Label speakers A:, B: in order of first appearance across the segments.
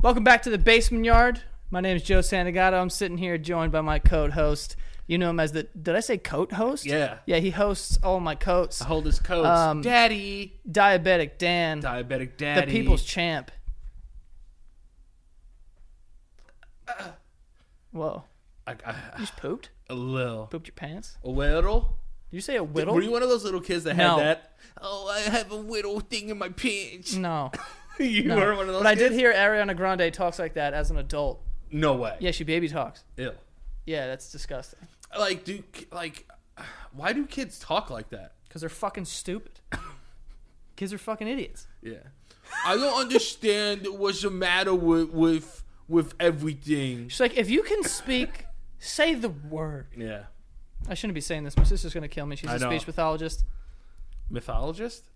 A: Welcome back to the Basement Yard. My name is Joe Santagato. I'm sitting here joined by my coat host. You know him as the did I say coat host?
B: Yeah.
A: Yeah, he hosts all my coats.
B: I hold his coats.
A: Um,
B: daddy,
A: Diabetic Dan,
B: diabetic
A: the
B: daddy.
A: people's champ. Whoa.
B: I, I,
A: You just pooped?
B: a little,
A: Pooped your pants?
B: a little.
A: Did you say a whittle?
B: Were you one of those little kids that
A: No.
B: had that? Oh, I have a little thing in my pants.
A: no.
B: you
A: no.
B: were one of those.
A: but I
B: kids?
A: did hear Ariana Grande talks like that as an adult.
B: No way.
A: Yeah, she baby talks.
B: Ew.
A: Yeah, that's disgusting.
B: Like, do like, why do kids talk like that?
A: Because they're fucking stupid. Kids are fucking idiots.
B: Yeah. I don't understand what's the matter with with with everything.
A: She's like, if you can speak, say the word.
B: Yeah.
A: I shouldn't be saying this. My sister's gonna kill me. She's
B: I
A: a
B: know.
A: speech pathologist.
B: Mythologist?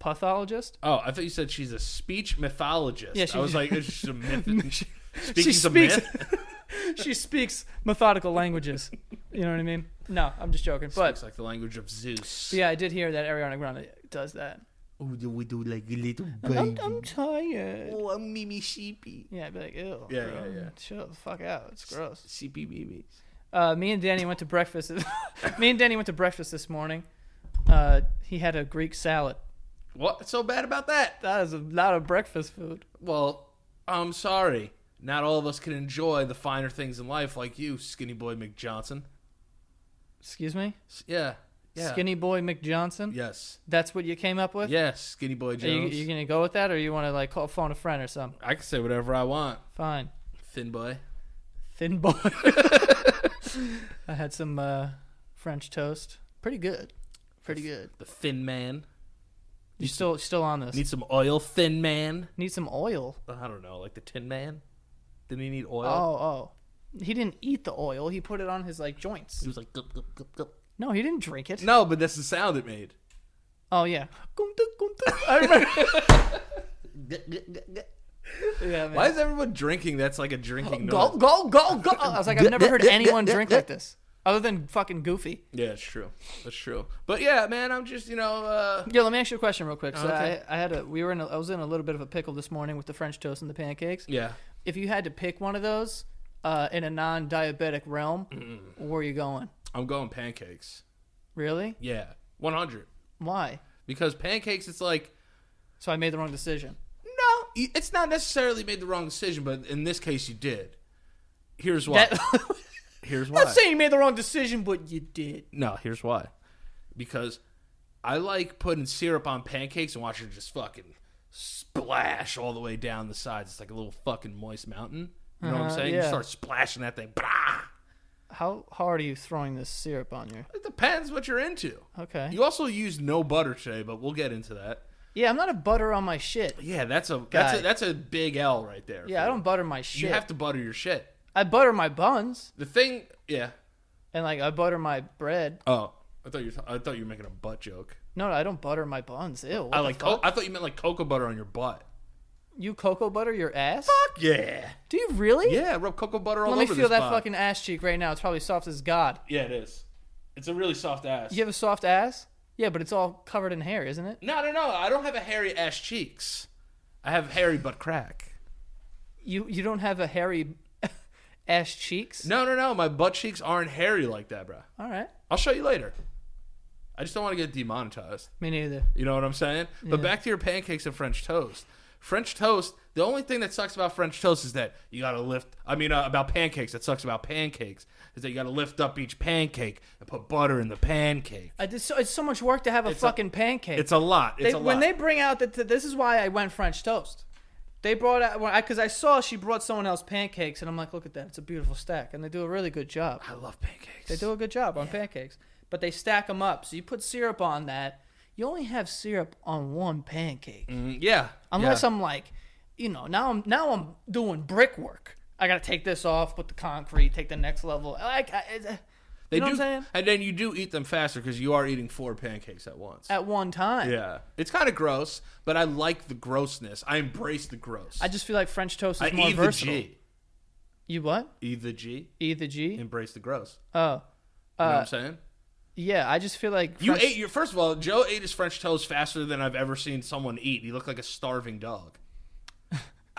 A: Pathologist?
B: Oh, I thought you said she's a speech mythologist.
A: Yeah, she-
B: I was like, it's just a myth.
A: She
B: Speaking some
A: speaks.
B: myth.
A: she speaks methodical languages. You know what I mean? No, I'm just joking. But
B: Looks like the language of Zeus.
A: yeah, I did hear that Ariana Grande does that.
B: Oh, do we do like a little
A: I'm, I'm tired.
B: Oh, I'm Mimi Sheepy.
A: Yeah, I'd be like, ew.
B: Yeah,
A: bro.
B: yeah, yeah.
A: Chill the fuck out. It's gross.
B: Sheepy Mimi.
A: Uh, me and Danny went to breakfast. me and Danny went to breakfast this morning. Uh, he had a Greek salad.
B: What's so bad about that?
A: That is a lot of breakfast food.
B: Well, I'm sorry. Not all of us can enjoy the finer things in life like you, Skinny Boy McJohnson.
A: Excuse me,
B: S- Yeah. Yeah.
A: Skinny Boy McJohnson.
B: Yes.
A: That's what you came up with.
B: Yes, Skinny Boy
A: Are you,
B: Jones.
A: you gonna go with that, or you want to like call phone a friend or something?
B: I can say whatever I want,
A: Fine,
B: Thin Boy.
A: thin boy. I had some uh, French toast. Pretty good. Pretty good.
B: The Thin Man.
A: You still still on this?
B: Need some oil, Thin Man.
A: Need some oil.
B: I don't know, like the Tin Man? Didn't he need
A: Oh
B: oil?
A: oh. He didn't eat the oil. He put it on his like joints.
B: He was like, "Gup, gup, gup, gup."
A: No, he didn't drink it.
B: no, but that's the sound it made.
A: Oh yeah. I remember. Yeah, man.
B: Why is everyone drinking? That's like a drinking
A: Go
B: noise.
A: go go go! I was like, I've never heard anyone drink like this, other than fucking Goofy.
B: Yeah, it's true. That's true. But yeah, man, I'm just you know, uh,
A: Yeah, let me ask you a question real quick. So
B: Oh, Okay.
A: I, I had a we were in a, I was in a little bit of a pickle this morning with the French toast and the pancakes.
B: yeah.
A: If you had to pick one of those uh, in a non-diabetic realm, where are you going?
B: I'm going pancakes.
A: Really?
B: Mm-hmm. Yeah, 100.
A: Why?
B: Because pancakes, it's like
A: So I made the wrong decision.
B: no, you- it's not necessarily made the wrong decision, but in this case, you did. Here's why.
A: That,
B: here's why.
A: not saying you made the wrong decision, but you did.
B: no, here's why. Because I like putting syrup on pancakes and watching it just fucking splash all the way down the sides. It's like a little fucking moist mountain. You know what I'm
A: Uh-huh,
B: saying?
A: yeah.
B: You start splashing that thing. Bah!
A: How hard are you throwing this syrup on your?
B: It depends what you're into.
A: Okay.
B: You also used no butter today, but we'll get into that.
A: yeah, I'm not a butter on my shit.
B: Yeah, that's a that's
A: Guy.
B: a, that's a big L right there.
A: Yeah, I don't butter my shit.
B: You have to butter your shit.
A: I butter my buns
B: The thing, yeah.
A: and like I butter my bread.
B: Oh, I thought you were, I thought you were making a butt joke.
A: No, no, I don't butter my buns. Ew. what
B: I
A: the
B: like
A: fuck?
B: co- I thought you meant like cocoa butter on your butt.
A: You cocoa butter your ass?
B: Fuck yeah,
A: Do you really?
B: yeah. Rub cocoa butter all
A: Let
B: over
A: me feel
B: this
A: that
B: bod.
A: fucking ass cheek right now. It's probably soft as God.
B: Yeah, it is. It's a really soft ass.
A: You have a soft ass? Yeah, but it's all covered in hair, isn't it?
B: No, no, no. I don't have a hairy ass cheeks. I have hairy butt crack.
A: You you don't have a hairy ass cheeks?
B: No, no, no. My butt cheeks aren't hairy like that, bro.
A: All right.
B: I'll show you later. I just don't want to get demonetized.
A: Me neither.
B: You know what I'm saying? But back to your pancakes and French toast. French toast. The only thing that sucks about French toast is that you gotta lift. I mean, uh, about pancakes. That sucks about pancakes is that you gotta lift up each pancake and put butter in the pancake.
A: I did so, it's so much work to have a fucking pancake.
B: It's a lot. It's
A: They-
B: a lot.
A: when they bring out the, this is why I went French toast. They brought out because I, 'cause I saw she brought someone else pancakes, and I'm like, look at that, it's a beautiful stack, and they do a really good job.
B: I love pancakes.
A: They do a good job on pancakes, but they stack them up. So you put syrup on that. You only have syrup on one pancake,
B: Mm, yeah.
A: unless
B: yeah.
A: I'm like, you know, now I'm now I'm doing brickwork. I gotta take this off, put the concrete, take the next level. Like, I, it's-
B: They
A: you know what
B: do,
A: I'm saying?
B: and then you do eat them faster because you are eating four pancakes at once.
A: At one time,
B: yeah, it's kind of gross, but I like the grossness. I embrace the gross.
A: I just feel like French toast
B: I
A: is more
B: E the
A: versatile.
B: G,
A: You what?
B: E the G,
A: E the G?
B: embrace the gross.
A: Oh,
B: You know what I'm saying?
A: yeah. I just feel like
B: You
A: French-
B: ate your first of all. Joe ate his French toast faster than I've ever seen someone eat. He looked like a starving dog.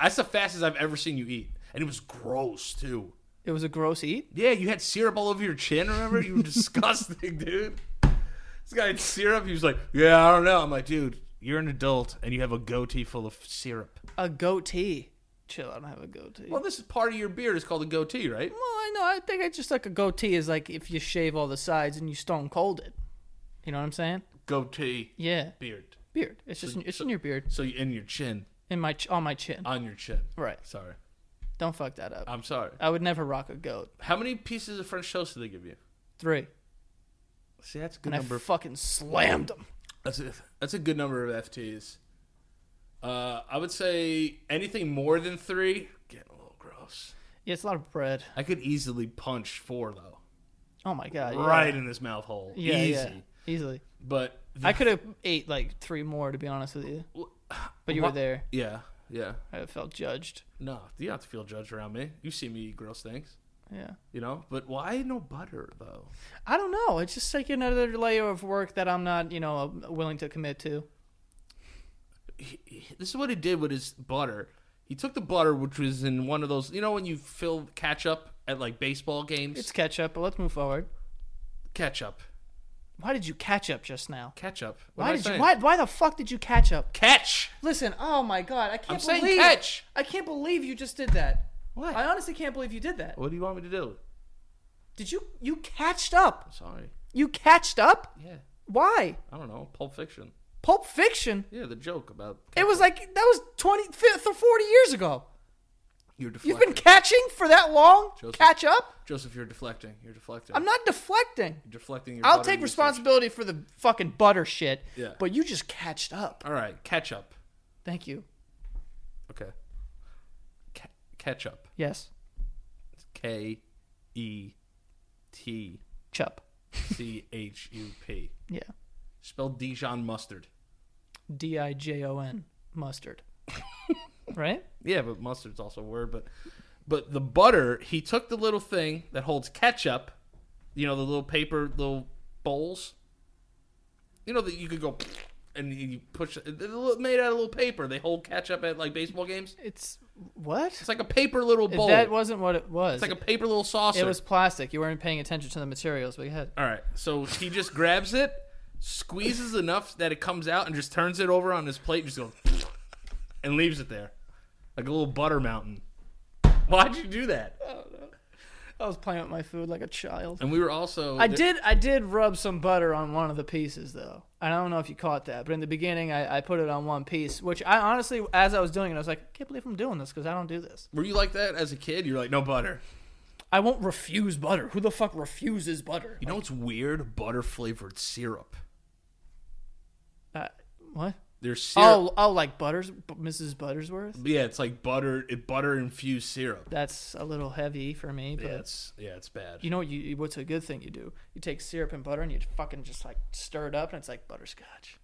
B: That's the fastest I've ever seen you eat, and it was gross too.
A: It was a gross eat.
B: Yeah, you had syrup all over your chin. Remember, you were disgusting, dude. This guy had syrup. He was like, "Yeah, I don't know." I'm like, "Dude, you're an adult, and you have a goatee full of syrup."
A: A goatee. Chill. I don't have a goatee.
B: Well,
A: Well,
B: this is part of your beard. It's called a goatee, right?
A: I know. I think I just like a goatee is like if you shave all the sides and you stone cold it. You know what I'm saying?
B: Goatee
A: Yeah.
B: beard.
A: Beard. It's just it's in your beard,
B: So Uh, you in your chin,
A: in my ch- on my chin.
B: on your chin.
A: Right.
B: Sorry,
A: Don't fuck that up.
B: I'm sorry.
A: I would never rock a goat.
B: How many pieces of French toast did they give you?
A: Three.
B: See, that's a good
A: And I
B: number.
A: fucking slammed them.
B: That's a, that's a good number of FTs. Uh, I would say anything more than three, getting a little gross.
A: Yeah, it's a lot of bread.
B: I could easily punch four though,
A: Oh my god. yeah.
B: right in this mouth hole,
A: Yeah,
B: easy.
A: yeah. Easily.
B: But the-
A: I could have ate like three more to be honest with you. But you were
B: What?
A: there.
B: yeah, yeah.
A: I felt judged.
B: No, you don't have to feel judged around me. You see me eat gross things,
A: Yeah.
B: you know. But why no butter though?
A: I don't know. It's just like another layer of work that I'm not, you know, willing to commit to.
B: he- he- this is what he did with his butter. He took the butter, which was in one of those, you know, when you fill ketchup at like baseball games.
A: It's ketchup, but let's move forward.
B: ketchup,
A: Why did you catch up just now?
B: ketchup. What
A: Why
B: am I
A: did you?
B: saying?
A: Why? Why the fuck did you catch up?
B: Catch.
A: Listen. Oh my god. I
B: I'm
A: can't
B: saying
A: believe.
B: catch.
A: I can't believe you just did that.
B: What?
A: I honestly can't believe you did that.
B: What do you want me to do?
A: Did you? You catched up.
B: I'm sorry.
A: You catched up.
B: Yeah,
A: Why?
B: I don't know. Pulp Fiction.
A: Pulp Fiction.
B: Yeah, the joke about
A: It was like that was 20, fi- th- 40 years ago.
B: you're
A: You've been
B: deflecting.
A: catching for that long.
B: Joseph.
A: Catch up.
B: Joseph, you're deflecting. You're deflecting.
A: I'm not deflecting.
B: You're deflecting. Your
A: I'll
B: butter
A: take
B: usage.
A: responsibility for the fucking butter shit.
B: Yeah.
A: But you just catched up.
B: All right, ketchup.
A: Thank you.
B: Okay. Ca- ketchup.
A: Yes.
B: It's K, E, T,
A: Chup.
B: C, H, U, P.
A: Yeah.
B: Spelled Dijon mustard.
A: D I J O N mustard. right?
B: Yeah, but mustard's also a word. But but the butter, he took the little thing that holds ketchup, you know, the little paper little bowls. You know that you could go and you push. They're little- made out of little paper. They hold ketchup at like baseball games.
A: It's what?
B: It's like a paper little bowl.
A: That wasn't what it was.
B: it's like a paper little saucer.
A: it was plastic. You weren't paying attention to the materials. But go ahead.
B: All right, so he just grabs it, squeezes enough that it comes out, and just turns it over on his plate. Just goes and leaves it there, like a little butter mountain. Why'd you do that?
A: I was playing with my food like a child.
B: And we were also
A: I did. I did rub some butter on one of the pieces, though. I don't know if you caught that, but in the beginning, I, I put it on one piece, which I honestly, as I was doing it, I was like, I can't believe I'm doing this because I don't do this.
B: Were you like that as a kid? You're like no butter.
A: I won't refuse butter. Who the fuck refuses butter?
B: You know what's weird? Butter flavored syrup.
A: Uh, what?
B: There's syrup.
A: Oh, oh, like Butters, B- Mrs. Buttersworth.
B: Yeah, it's like butter. It butter infused syrup.
A: That's a little heavy for me, but
B: Yeah, it's yeah, it's bad.
A: you know what? You what's a good thing you do? You take syrup and butter and you fucking just like stir it up, and it's like butterscotch.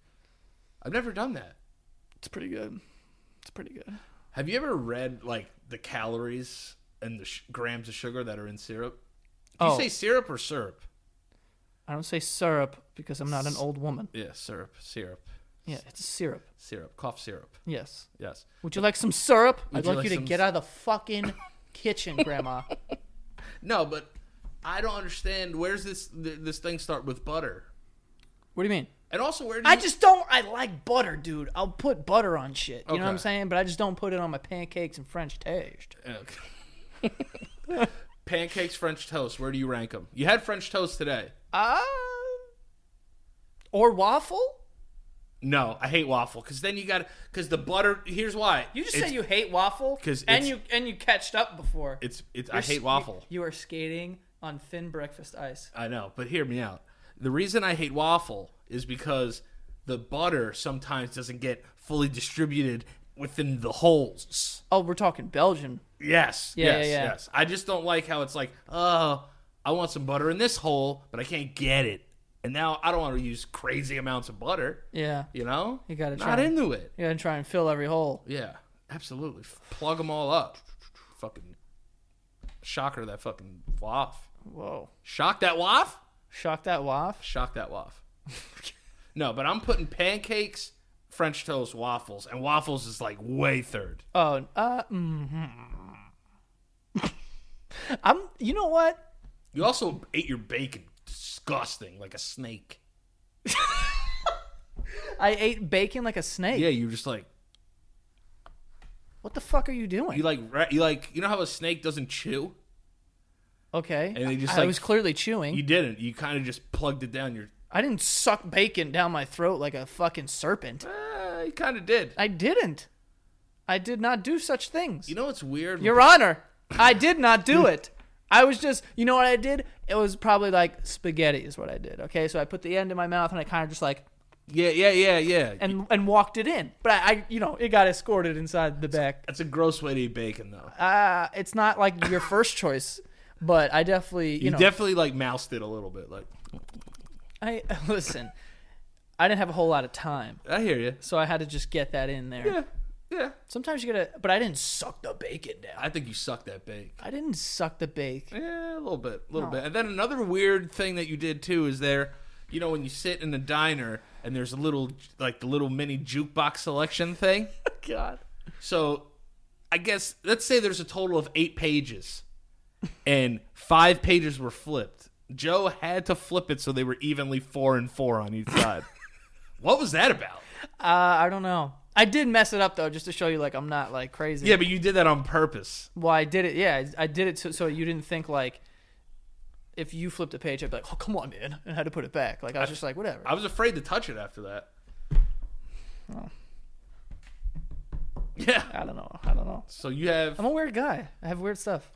B: I've never done that.
A: It's pretty good. It's pretty good.
B: Have you ever read like the calories and the sh- grams of sugar that are in syrup? Do
A: Oh.
B: you say syrup or syrup?
A: I don't say syrup because I'm not an old woman.
B: Yeah, syrup, syrup,
A: Yeah, it's syrup.
B: syrup, cough syrup.
A: Yes.
B: Yes.
A: Would you like some syrup? I'd
B: you
A: like,
B: like
A: you to
B: some
A: get out of the fucking kitchen, Grandma.
B: No, but I don't understand. Where's this th- this thing start with butter?
A: What do you mean?
B: And also, where do
A: I
B: you,
A: just don't. I like butter, dude. I'll put butter on shit. You know what I'm
B: Okay.
A: saying? But I just don't put it on my pancakes and French toast.
B: Okay. pancakes, French toast? Where do you rank them? You had French toast today.
A: Uh, or waffle?
B: No, I hate waffle because then you got because the butter. Here's why.
A: You just
B: It's-
A: said you hate waffle,
B: 'Cause
A: and
B: it's-
A: you and you catched up before.
B: It's it's. I
A: You're
B: hate
A: s-
B: waffle.
A: You, you are skating on thin breakfast ice.
B: I know, but hear me out. The reason I hate waffle is because the butter sometimes doesn't get fully distributed within the holes.
A: Oh, we're talking Belgian.
B: Yes.
A: Yeah,
B: yes,
A: yeah, yeah.
B: yes. I just don't like how it's like, oh, I want some butter in this hole, but I can't get it. And now I don't want to use crazy amounts of butter.
A: Yeah,
B: You know?
A: You gotta
B: Not
A: try.
B: into it.
A: you gotta try and fill every hole.
B: Yeah. Absolutely. F- Plug them all up. Fucking shocker that fucking waff.
A: Whoa!
B: Shock that waff?
A: Shock that waff.
B: Shock that waff. no, but I'm putting pancakes, French toast, waffles, and waffles is like way third.
A: Oh, uh, hmm I'm. You know what?
B: You also ate your bacon disgusting like a snake.
A: I ate bacon like a snake.
B: Yeah, you were just like
A: What the fuck are you doing?
B: you like ra- you like you know how a snake doesn't chew?
A: okay.
B: and they just,
A: I, I
B: like-
A: was clearly chewing.
B: You didn't. You kind of just plugged it down your.
A: I didn't suck bacon down my throat like a fucking serpent.
B: Uh, you kind of did.
A: I didn't. I did not do such things.
B: You know what's weird?
A: Your Honor, I did not do it. I was just, you know what I did? It was probably like spaghetti is what I did. Okay, so I put the end in my mouth and I kind of just like
B: yeah, yeah, yeah, yeah.
A: and and walked it in. But I, I you know, it got escorted inside the back.
B: That's a gross way to eat bacon, though.
A: Uh, it's not like your first choice, but I definitely, you,
B: You,
A: know,
B: definitely like moused it a little bit. Like
A: I listen. I didn't have a whole lot of time,
B: I hear you.
A: so I had to just get that in there.
B: Yeah, yeah.
A: Sometimes you gotta, but I didn't suck the bacon down.
B: I think you sucked that bake.
A: I didn't suck the bacon.
B: Yeah, a little bit, a little bit. And then another weird thing that you did too is there. You know when you sit in the diner and there's a little like the little mini jukebox selection thing.
A: God.
B: So, I guess let's say there's a total of eight pages, and five pages were flipped. Joe had to flip it so they were evenly four and four on each side. what was that about?
A: Uh, I don't know. I did mess it up though, just to show you like I'm not like crazy.
B: Yeah, but you did that on purpose.
A: Well, I did it. Yeah, I I did it so, so you didn't think like if you flipped a page, I'd be like, oh come on, man, and I had to put it back. Like I was just like, whatever.
B: I was afraid to touch it after that. Oh. Yeah.
A: I don't know. I don't know.
B: So you have
A: I'm a weird guy. I have weird stuff.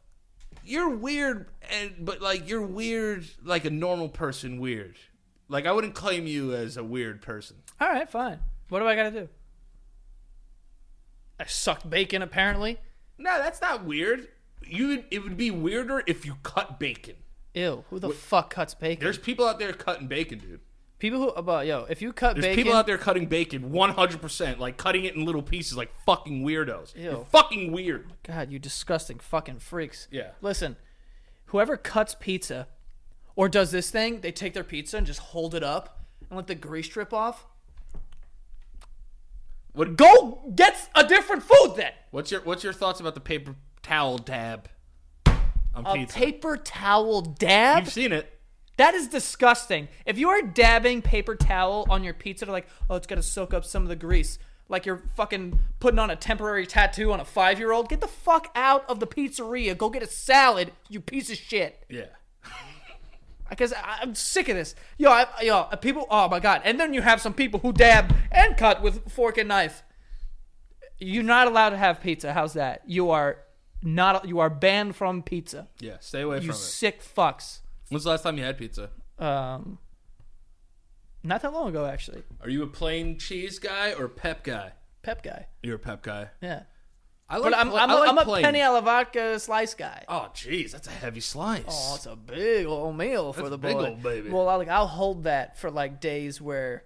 B: you're weird, and but like you're weird, like a normal person weird. Like I wouldn't claim you as a weird person.
A: All right, fine. What do I got to do? I sucked bacon apparently.
B: No, that's not weird. You it would be weirder if you cut bacon.
A: Ew. Who the fuck cuts bacon?
B: There's people out there cutting bacon, dude.
A: people who about yo. If you cut
B: There's
A: bacon,
B: people out there cutting bacon 100%, like cutting it in little pieces like fucking weirdos. You're
A: Ew.
B: fucking weird.
A: God, you disgusting fucking freaks.
B: Yeah.
A: Listen, whoever cuts pizza or does this thing, they take their pizza and just hold it up and let the grease drip off.
B: What
A: Go get a different food then.
B: What's your what's your thoughts about the paper towel dab on
A: A
B: pizza?
A: paper towel dab?
B: You've seen it.
A: That is disgusting. If you are dabbing paper towel on your pizza to like, oh, it's gonna soak up some of the grease. Like you're fucking putting on a temporary tattoo on a five year old. Get the fuck out of the pizzeria. Go get a salad, you piece of shit.
B: Yeah.
A: Because I'm sick of this. Yo, I, yo, people. Oh my god! And then you have some people who dab and cut with fork and knife. You're not allowed to have pizza. How's that? You are not. You are banned from pizza.
B: Yeah, stay away
A: You
B: from it.
A: sick fucks.
B: When's the last time you had pizza?
A: Um, not that long ago, actually.
B: Are you a plain cheese guy or pep guy?
A: Pep guy.
B: You're a pep guy.
A: Yeah.
B: I like
A: But I'm
B: pla-
A: I'm,
B: I
A: a,
B: like
A: I'm a
B: plain.
A: penny alla vodka slice guy.
B: Oh jeez, that's a heavy slice.
A: Oh, it's a big old meal for
B: That's
A: the
B: a
A: boy.
B: big old baby.
A: Well, I, like I'll hold that for like days where,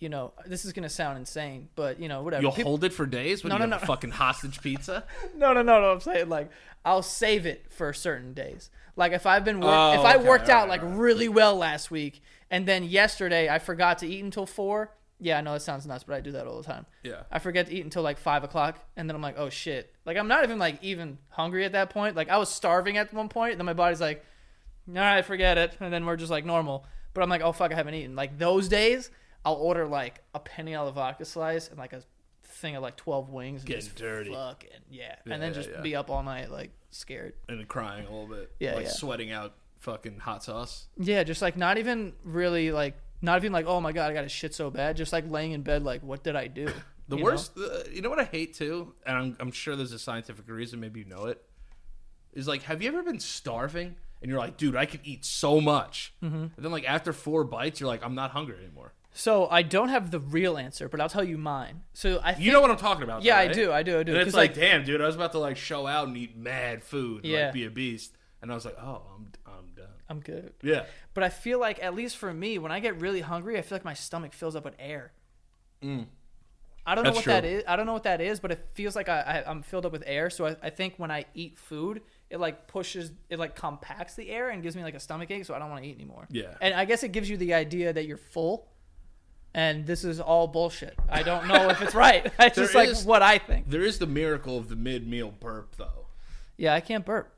A: you know, this is gonna sound insane, but you know, whatever.
B: You'll
A: People-
B: hold it for days when
A: No,
B: you
A: no,
B: have
A: no.
B: a fucking hostage pizza?
A: No, no, no, no. I'm saying like I'll save it for certain days. Like if I've been work-
B: Oh,
A: if I
B: okay,
A: worked out
B: alright,
A: like
B: alright.
A: really well last week and then yesterday I forgot to eat until four. Yeah, I know that sounds nuts, but I do that all the time.
B: Yeah.
A: I forget to eat until like five o'clock, and then I'm like, oh shit. Like I'm not even like even hungry at that point. Like I was starving at one point, and then my body's like, all right, forget it, and then we're just like normal. But I'm like, oh fuck, I haven't eaten. Like those days, I'll order like a penny alla vodka slice and like a thing of like twelve wings. And
B: Getting
A: just
B: dirty.
A: fucking yeah. and then
B: yeah,
A: just
B: yeah.
A: be up all night like scared.
B: And crying a little bit.
A: Yeah,
B: Like
A: yeah.
B: sweating out fucking hot sauce.
A: Yeah, just like not even really like not even like oh my god I got a shit so bad. Just like laying in bed like what did I do?
B: The
A: You
B: worst, the, you know what I hate too, and I'm, I'm sure there's a scientific reason, maybe you know it, is like, have you ever been starving and you're like, dude, I could eat so much,
A: Mm-hmm.
B: and then like after four bites, you're like, I'm not hungry anymore.
A: know? So I don't have the real answer, but I'll tell you mine. So I think,
B: You know what I'm talking about?
A: yeah
B: though,
A: I
B: right?
A: do I do I do.
B: And
A: 'Cause,
B: it's like, damn, dude, I was about to like show out and eat mad food, and,
A: Yeah.
B: like be a beast, and I was like, oh, I'm I'm done.
A: I'm good.
B: Yeah,
A: But I feel like at least for me, when I get really hungry, I feel like my stomach fills up with air. I don't know
B: Mm. That's
A: what that
B: true.
A: is. I don't know what that is, but it feels like I, I, I'm filled up with air. So I, I think when I eat food, it like pushes, it like compacts the air and gives me like a stomach ache. So I don't want to eat anymore.
B: Yeah.
A: And I guess it gives you the idea that you're full, and this is all bullshit. I don't know if it's right. I just
B: There
A: like
B: is-
A: what I think.
B: There is the miracle of the mid meal burp, though.
A: Yeah, I can't burp.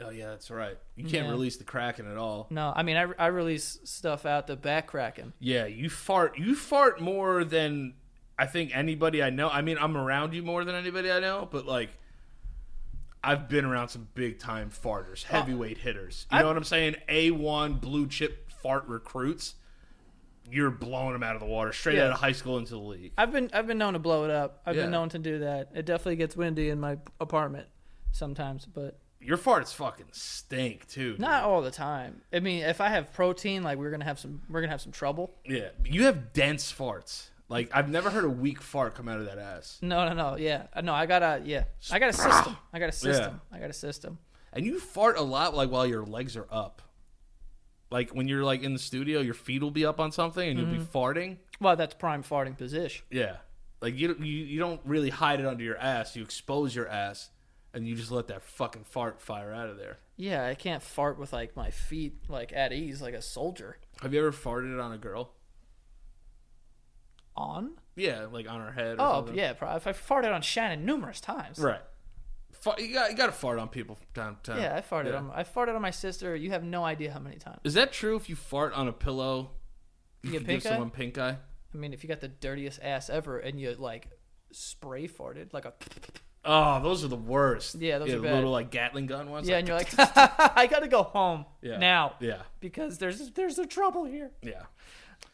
B: Oh, yeah, that's right. You can't
A: Yeah.
B: release the cracking at all.
A: No, I mean I, I release stuff out the back cracking.
B: Yeah, you fart. You fart more than I think anybody I know. I mean, I'm around you more than anybody I know, but like, I've been around some big time farters, heavyweight hitters. You know what I'm saying? A1 blue chip fart recruits. You're blowing them out of the water straight
A: Yeah.
B: out of high school into the league.
A: I've been I've been known to blow it up. I've
B: Yeah.
A: been known to do that. It definitely gets windy in my apartment sometimes, but
B: Your farts fucking stink too.
A: not all the time. I mean, if I have protein, like we're gonna have some we're gonna have some trouble.
B: dude. Yeah, you have dense farts. Like I've never heard a weak fart come out of that ass.
A: No, no, no. Yeah, Uh, no. I got a yeah. I got a system. I got a system. I got a system.
B: And you fart a lot like while your legs are up. Like when you're like in the studio, your feet will be up on something and you'll be
A: Mm-hmm.
B: farting.
A: Well, that's prime farting position.
B: Yeah. Like you, you you don't really hide it under your ass. You expose your ass and you just let that fucking fart fire out of there.
A: Yeah, I can't fart with like my feet like at ease like a soldier.
B: Have you ever farted on a girl?
A: On?
B: Yeah, like on her head or
A: Oh
B: something.
A: yeah, probably. If I farted on Shannon numerous times.
B: Right. Fart, you got you got to fart on people from time to time.
A: Yeah, I farted
B: Yeah.
A: on I farted on my sister. You have no idea how many times.
B: Is that true if you fart on a pillow? You,
A: get
B: could
A: pink
B: give
A: eye?
B: someone pink eye?
A: I mean, if you got the dirtiest ass ever and you like spray farted like a
B: Oh, those are the worst.
A: Yeah, those are
B: the
A: bad.
B: little like Gatling gun ones.
A: yeah, and you're like, I gotta go home
B: Yeah.
A: now
B: Yeah.
A: because there's there's a trouble here.
B: Yeah.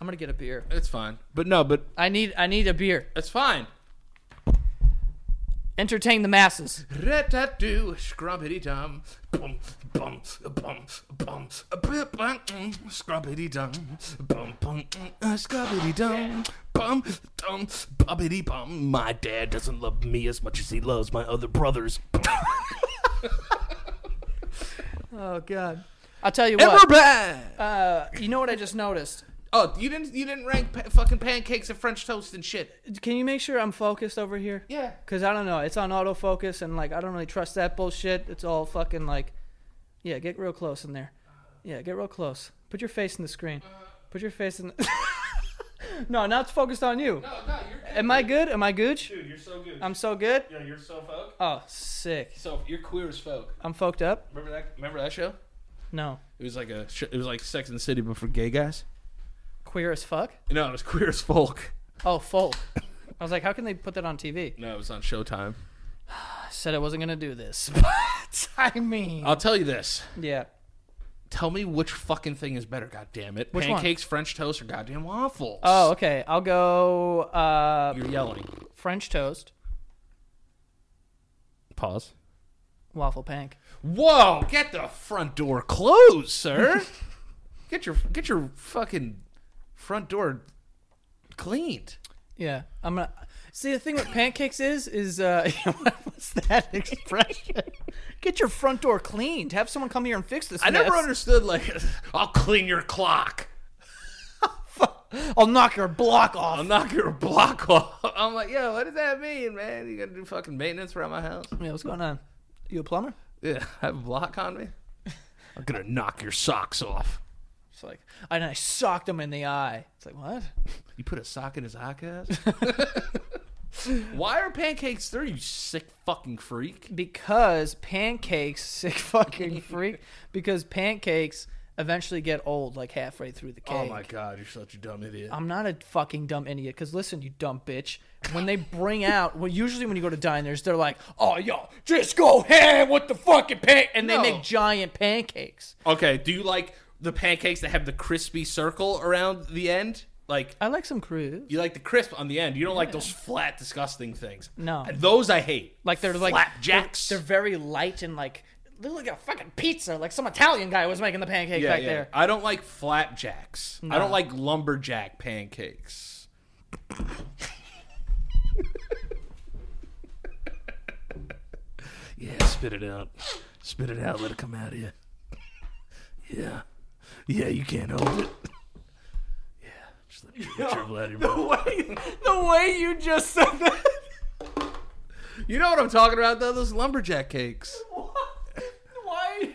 A: I'm gonna get a beer.
B: It's fine. But no, but
A: I need I need a beer.
B: it's fine.
A: Entertain the masses.
B: Rat-tat-doo, scrubbity-dum. Bum, bum, bum, bum, a bit, bum, mm, scrubbity-dum. Bum, bum, mm, uh, scrubbity-dum. Bum, dum, bobbity-bum. My dad doesn't love me as much as he loves my other brothers.
A: Oh God. I'll tell you
B: And we're
A: what.
B: back.
A: Uh, you know what I just noticed?
B: Oh, you didn't you didn't rank pa- fucking pancakes and French toast and shit.
A: Can you make sure I'm focused over here?
B: Yeah.
A: Cause I don't know, it's on autofocus and like I don't really trust that bullshit. It's all fucking like, yeah, get real close in there. Yeah, get real close. Put your face in the screen. Put your face in. The... no, now it's focused on you.
B: No, no, Oh, you're good.
A: Am I good? Am I good?
B: Dude, you're so good.
A: I'm so good.
B: yeah, you're so folk.
A: Oh, sick.
B: Um, So you're queer as folk.
A: I'm fucked up.
B: Remember that? Remember that show?
A: No,
B: It was like a sh- it was like Sex and the City but for gay guys.
A: queer as fuck.
B: No, it was queer as folk.
A: Oh, folk. I was like, how can they put that on TV?
B: No, it was on Showtime.
A: I said I wasn't gonna do this, but I mean,
B: I'll tell you this.
A: yeah.
B: Tell me which fucking thing is better, God damn it!
A: Which one?
B: Pancakes, French toast, or goddamn waffles.
A: Oh, okay. I'll go uh,
B: You're yelling.
A: French toast,
B: Pause.
A: waffle pank.
B: Whoa, get the front door closed, sir. get your get your fucking front door cleaned.
A: Yeah, I'm gonna see the thing with pancakes is is uh, what was that expression? Get your front door cleaned. Have someone come here and fix this.
B: I never
A: mess.
B: understood like I'll clean your clock.
A: I'll knock your block off.
B: I'll knock your block off. I'm like, yo, what does that mean, man? You gotta do fucking maintenance around my house?
A: Yeah, what's going on? You a plumber?
B: Yeah, have a block on me. I'm gonna knock your socks off.
A: It's like, and I socked him in the eye. It's like what?
B: You put a sock in his eye, cuz? Why are pancakes there, you sick fucking freak?
A: Because pancakes, sick fucking freak. because pancakes eventually get old, like halfway through the cake.
B: Oh my god, you're such a dumb idiot.
A: I'm not a fucking dumb idiot. Cause listen, you dumb bitch. When they bring out, well, usually when you go to diners, they're like, "Oh, yo, just go ham with the fucking pan," and
B: No.
A: they make giant pancakes.
B: Okay, do you like the pancakes that have the crispy circle around the end? Like,
A: I like some crew.
B: you like the crisp on the end. You don't like those flat, disgusting things.
A: No.
B: Those I hate.
A: Like they're like
B: Flapjacks.
A: They're, they're very light and like they look like a fucking pizza. Like some Italian guy was making the pancake back there.
B: I don't like flapjacks. I don't like lumberjack pancakes. yeah, spit it out. Spit it out. Let it come out of you. Yeah. Yeah, you can't hold it. Yeah, just let it dribble out of your mouth.
A: way, the way you just said that.
B: You know what I'm talking about, though? Those lumberjack cakes.
A: Why?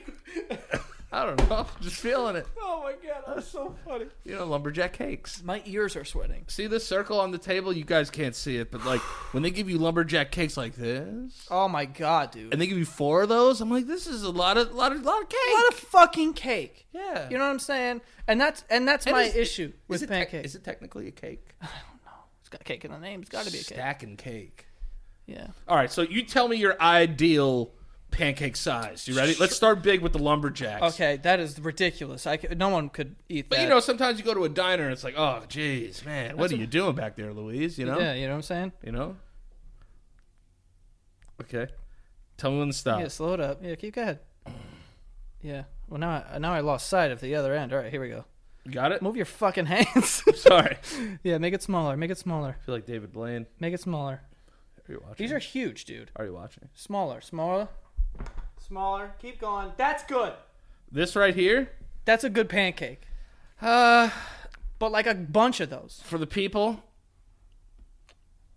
B: I don't know. I'm just feeling it.
A: Oh my god! That's so funny.
B: You know, lumberjack cakes.
A: My ears are sweating.
B: See this circle on the table? You guys can't see it, but like when they give you lumberjack cakes like this,
A: Oh my god, dude.
B: and they give you four of those, I'm like, this is a lot of lot of lot of cake.
A: a lot of fucking cake.
B: yeah.
A: You know what I'm saying? And that's and that's
B: And
A: my
B: is-
A: issue with
B: is it
A: pancakes.
B: Te- is it technically a cake?
A: it's got cake in the name. It's got to be a cake.
B: Stacking cake.
A: Yeah.
B: All right, so you tell me your ideal pancake size. You ready? Let's start big with the lumberjacks.
A: Okay, that is ridiculous. I c- no one could eat that.
B: But you know, sometimes you go to a diner and it's like, oh, jeez, man, what are you doing back there, Louise? You know,
A: yeah, you know what I'm saying?
B: you know. Okay, tell me when to stop.
A: Yeah, slow it up. Yeah, keep going. Yeah. Well, now I, now I lost sight of the other end. All right, here we go.
B: You Got it?
A: Move your fucking hands.
B: Sorry. I
A: yeah, make it smaller. Make it smaller.
B: feel like David Blaine.
A: Make it smaller.
B: Are you watching?
A: These are huge, dude.
B: Are you watching?
A: Smaller, smaller, smaller. Keep going. That's good.
B: This right here,
A: That's a good pancake.
B: uh,
A: But like a bunch of those.
B: for the people.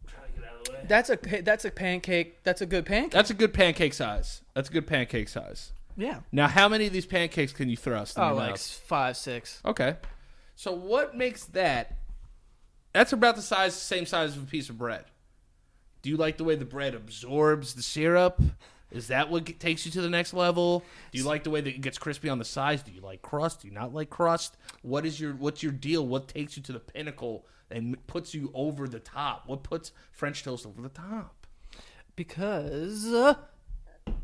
B: Trying to get out of the way.
A: That's a that's a pancake. That's a good pancake.
B: That's a good pancake size. That's a good pancake size.
A: Yeah.
B: Now, how many of these pancakes can you thrust? In
A: Oh,
B: your
A: like
B: mouth?
A: five, six.
B: Okay. So what makes that? That's about the size, same size of a piece of bread. Do you like the way the bread absorbs the syrup? Is that what g- takes you to the next level? Do you like the way that it gets crispy on the sides? Do you like crust? Do you not like crust? What is your what's your deal? What takes you to the pinnacle and puts you over the top? What puts French toast over the top?
A: Because uh,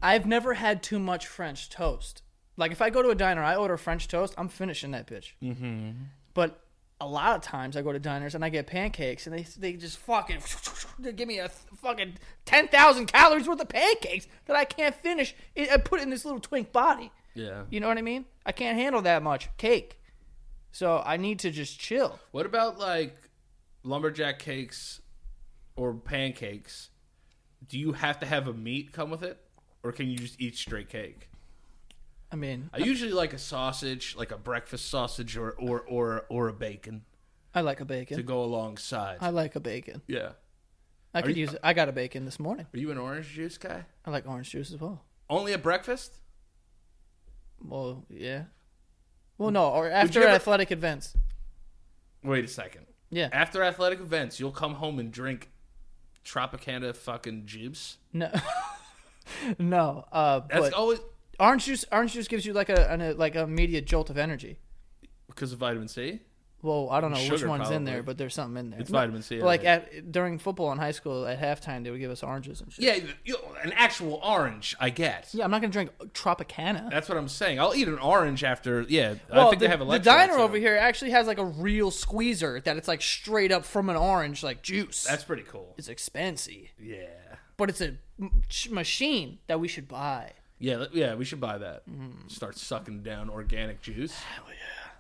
A: I've never had too much French toast. Like if I go to a diner, I order French toast. I'm finishing that bitch. Mm-hmm. But a lot of times I go to diners and I get pancakes and they they just fucking they give me a fucking ten thousand calories worth of pancakes that I can't finish. I I put it in this little twink body.
B: Yeah.
A: You know what I mean? I can't handle that much cake. So I need to just chill.
B: What about like lumberjack cakes or pancakes? Do you have to have a meat come with it, or can you just eat straight cake?
A: I mean,
B: I usually like a sausage, like a breakfast sausage, or or or, or a bacon
A: I like a
B: to
A: bacon.
B: go alongside.
A: I like a bacon.
B: yeah.
A: I could
B: you-
A: use it. I got a bacon this morning.
B: Are you an orange juice guy?
A: I like orange juice as well.
B: Only at breakfast?
A: Well, yeah. Well, no, or after
B: you ever-
A: athletic events.
B: Wait a second.
A: Yeah.
B: After athletic events, you'll come home and drink Tropicana fucking juice.
A: No. no. Uh,
B: That's
A: but
B: always
A: orange juice. Orange juice gives you like a, an, a like a immediate jolt of energy.
B: because of vitamin C.
A: Well, I don't know which
B: Sugar,
A: one's in there,
B: probably.
A: but there's something in there.
B: It's vitamin C, I
A: Like
B: think.
A: at during football in high school at halftime, they would give us oranges and shit.
B: Yeah, you, an actual orange, I get.
A: Yeah, I'm not gonna drink Tropicana.
B: That's what I'm saying. I'll eat an orange after. Yeah,
A: Well,
B: I think
A: the,
B: they have a
A: the diner over here actually has like a real squeezer that it's like straight up from an orange like juice.
B: That's pretty cool.
A: it's expensive,
B: Yeah,
A: but it's a m- ch- machine that we should buy.
B: yeah, let- yeah. We should buy that. Start sucking down organic juice. Hell yeah.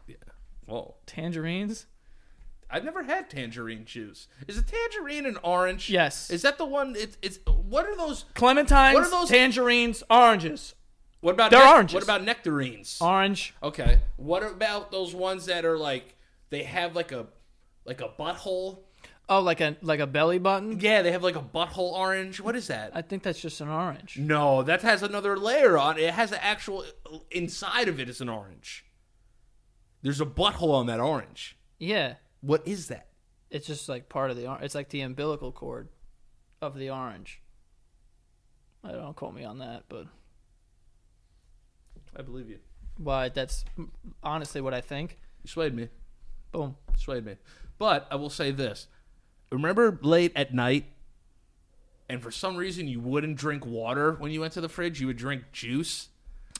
B: Yeah. Whoa.
A: Tangerines?
B: I've never had tangerine juice. Is a tangerine an orange?
A: Yes.
B: Is that the one? It's. It's. What are those?
A: Clementines,
B: What are those-
A: tangerines, oranges.
B: What about?
A: They're
B: nec-
A: oranges.
B: What about nectarines?
A: Orange.
B: okay. What about those ones that are like they have like a like a butthole?
A: Oh, like a like a belly button?
B: Yeah, they have like a butthole orange. What is that?
A: I think that's just an orange.
B: No, that has another layer on it. It has an actual inside of it is an orange. There's a butthole on that orange.
A: Yeah.
B: What is that?
A: It's just like part of the orange. It's like the umbilical cord of the orange. I don't quote me on that, but
B: I believe you.
A: why that's honestly what I think.
B: You swayed me.
A: Boom.
B: You swayed me. But I will say this. Remember late at night and for some reason you wouldn't drink water when you went to the fridge, you would drink juice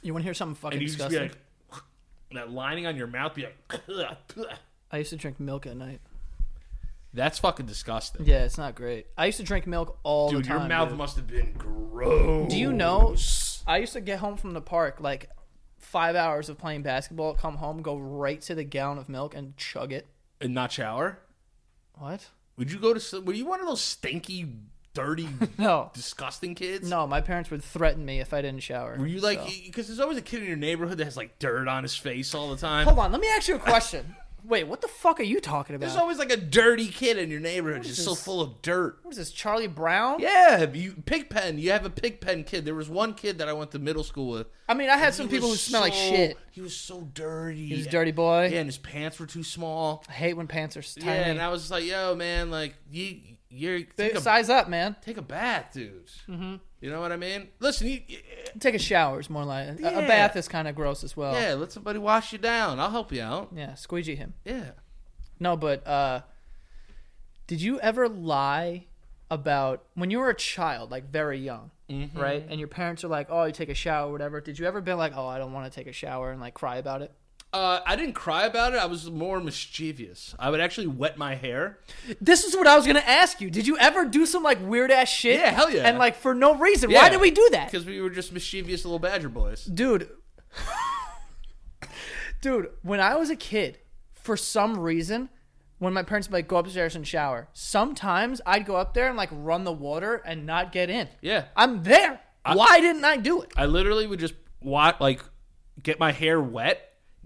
A: You want to hear something fucking
B: and you just be
A: disgusting?
B: like that lining on your mouth be like
A: I used to drink milk at night.
B: That's fucking disgusting.
A: Yeah, it's not great. I used to drink milk all
B: Dude,
A: the time.
B: your mouth
A: dude.
B: must have been gross.
A: Do you know? I used to get home from the park like five hours of playing basketball, come home, go right to the gallon of milk and chug it.
B: and not shower?
A: What?
B: Would you go to? sl- Were you one of those stinky, dirty,
A: No.
B: disgusting kids?
A: No, my parents would threaten me if I didn't shower.
B: Were you like?
A: so.
B: Because there's always a kid in your neighborhood that has like dirt on his face all the time.
A: Hold on, let me ask you a question. Wait, what the fuck are you talking about?
B: There's always like a dirty kid in your neighborhood, just so
A: this?
B: full of dirt.
A: what is this, Charlie Brown?
B: Yeah, you pig pen. You have a pig pen kid. There was one kid that I went to middle school with.
A: I mean, I had
B: He
A: some people who
B: was
A: smell like
B: so-
A: shit.
B: He was so dirty.
A: He's a dirty boy.
B: Yeah, and his pants were too small.
A: I hate when pants are s- tiny.
B: Yeah, and I was just like, yo, man, like you,
A: They-
B: you're
A: Mm-hmm.
B: take a,
A: size up, man.
B: take a bath, dude. You know what I mean? Listen, you,
A: Take a shower is more like a,
B: Yeah.
A: a bath is kind of gross as well.
B: yeah, let somebody wash you down. I'll help you out.
A: yeah, squeegee him.
B: Yeah.
A: No, but uh did you ever lie about when you were a child, like very young,
B: Mm-hmm.
A: right? And your parents are like, "Oh, you take a shower, or whatever." Did you ever be like, "Oh, I don't want to take a shower," and like cry about it?
B: Uh, I didn't cry about it. I was more mischievous. I would actually wet my hair.
A: This is what I was gonna ask you. Did you ever do some like weird ass shit?
B: Yeah, hell yeah.
A: And like for no reason.
B: Yeah.
A: Why did we do that?
B: Because we were just mischievous little badger boys.
A: dude dude when i was a kid for some reason when my parents would like go upstairs and shower sometimes i'd go up there and like run the water and not get in
B: Yeah.
A: i'm there why didn't i do it
B: I literally would just watch, like, get my hair wet,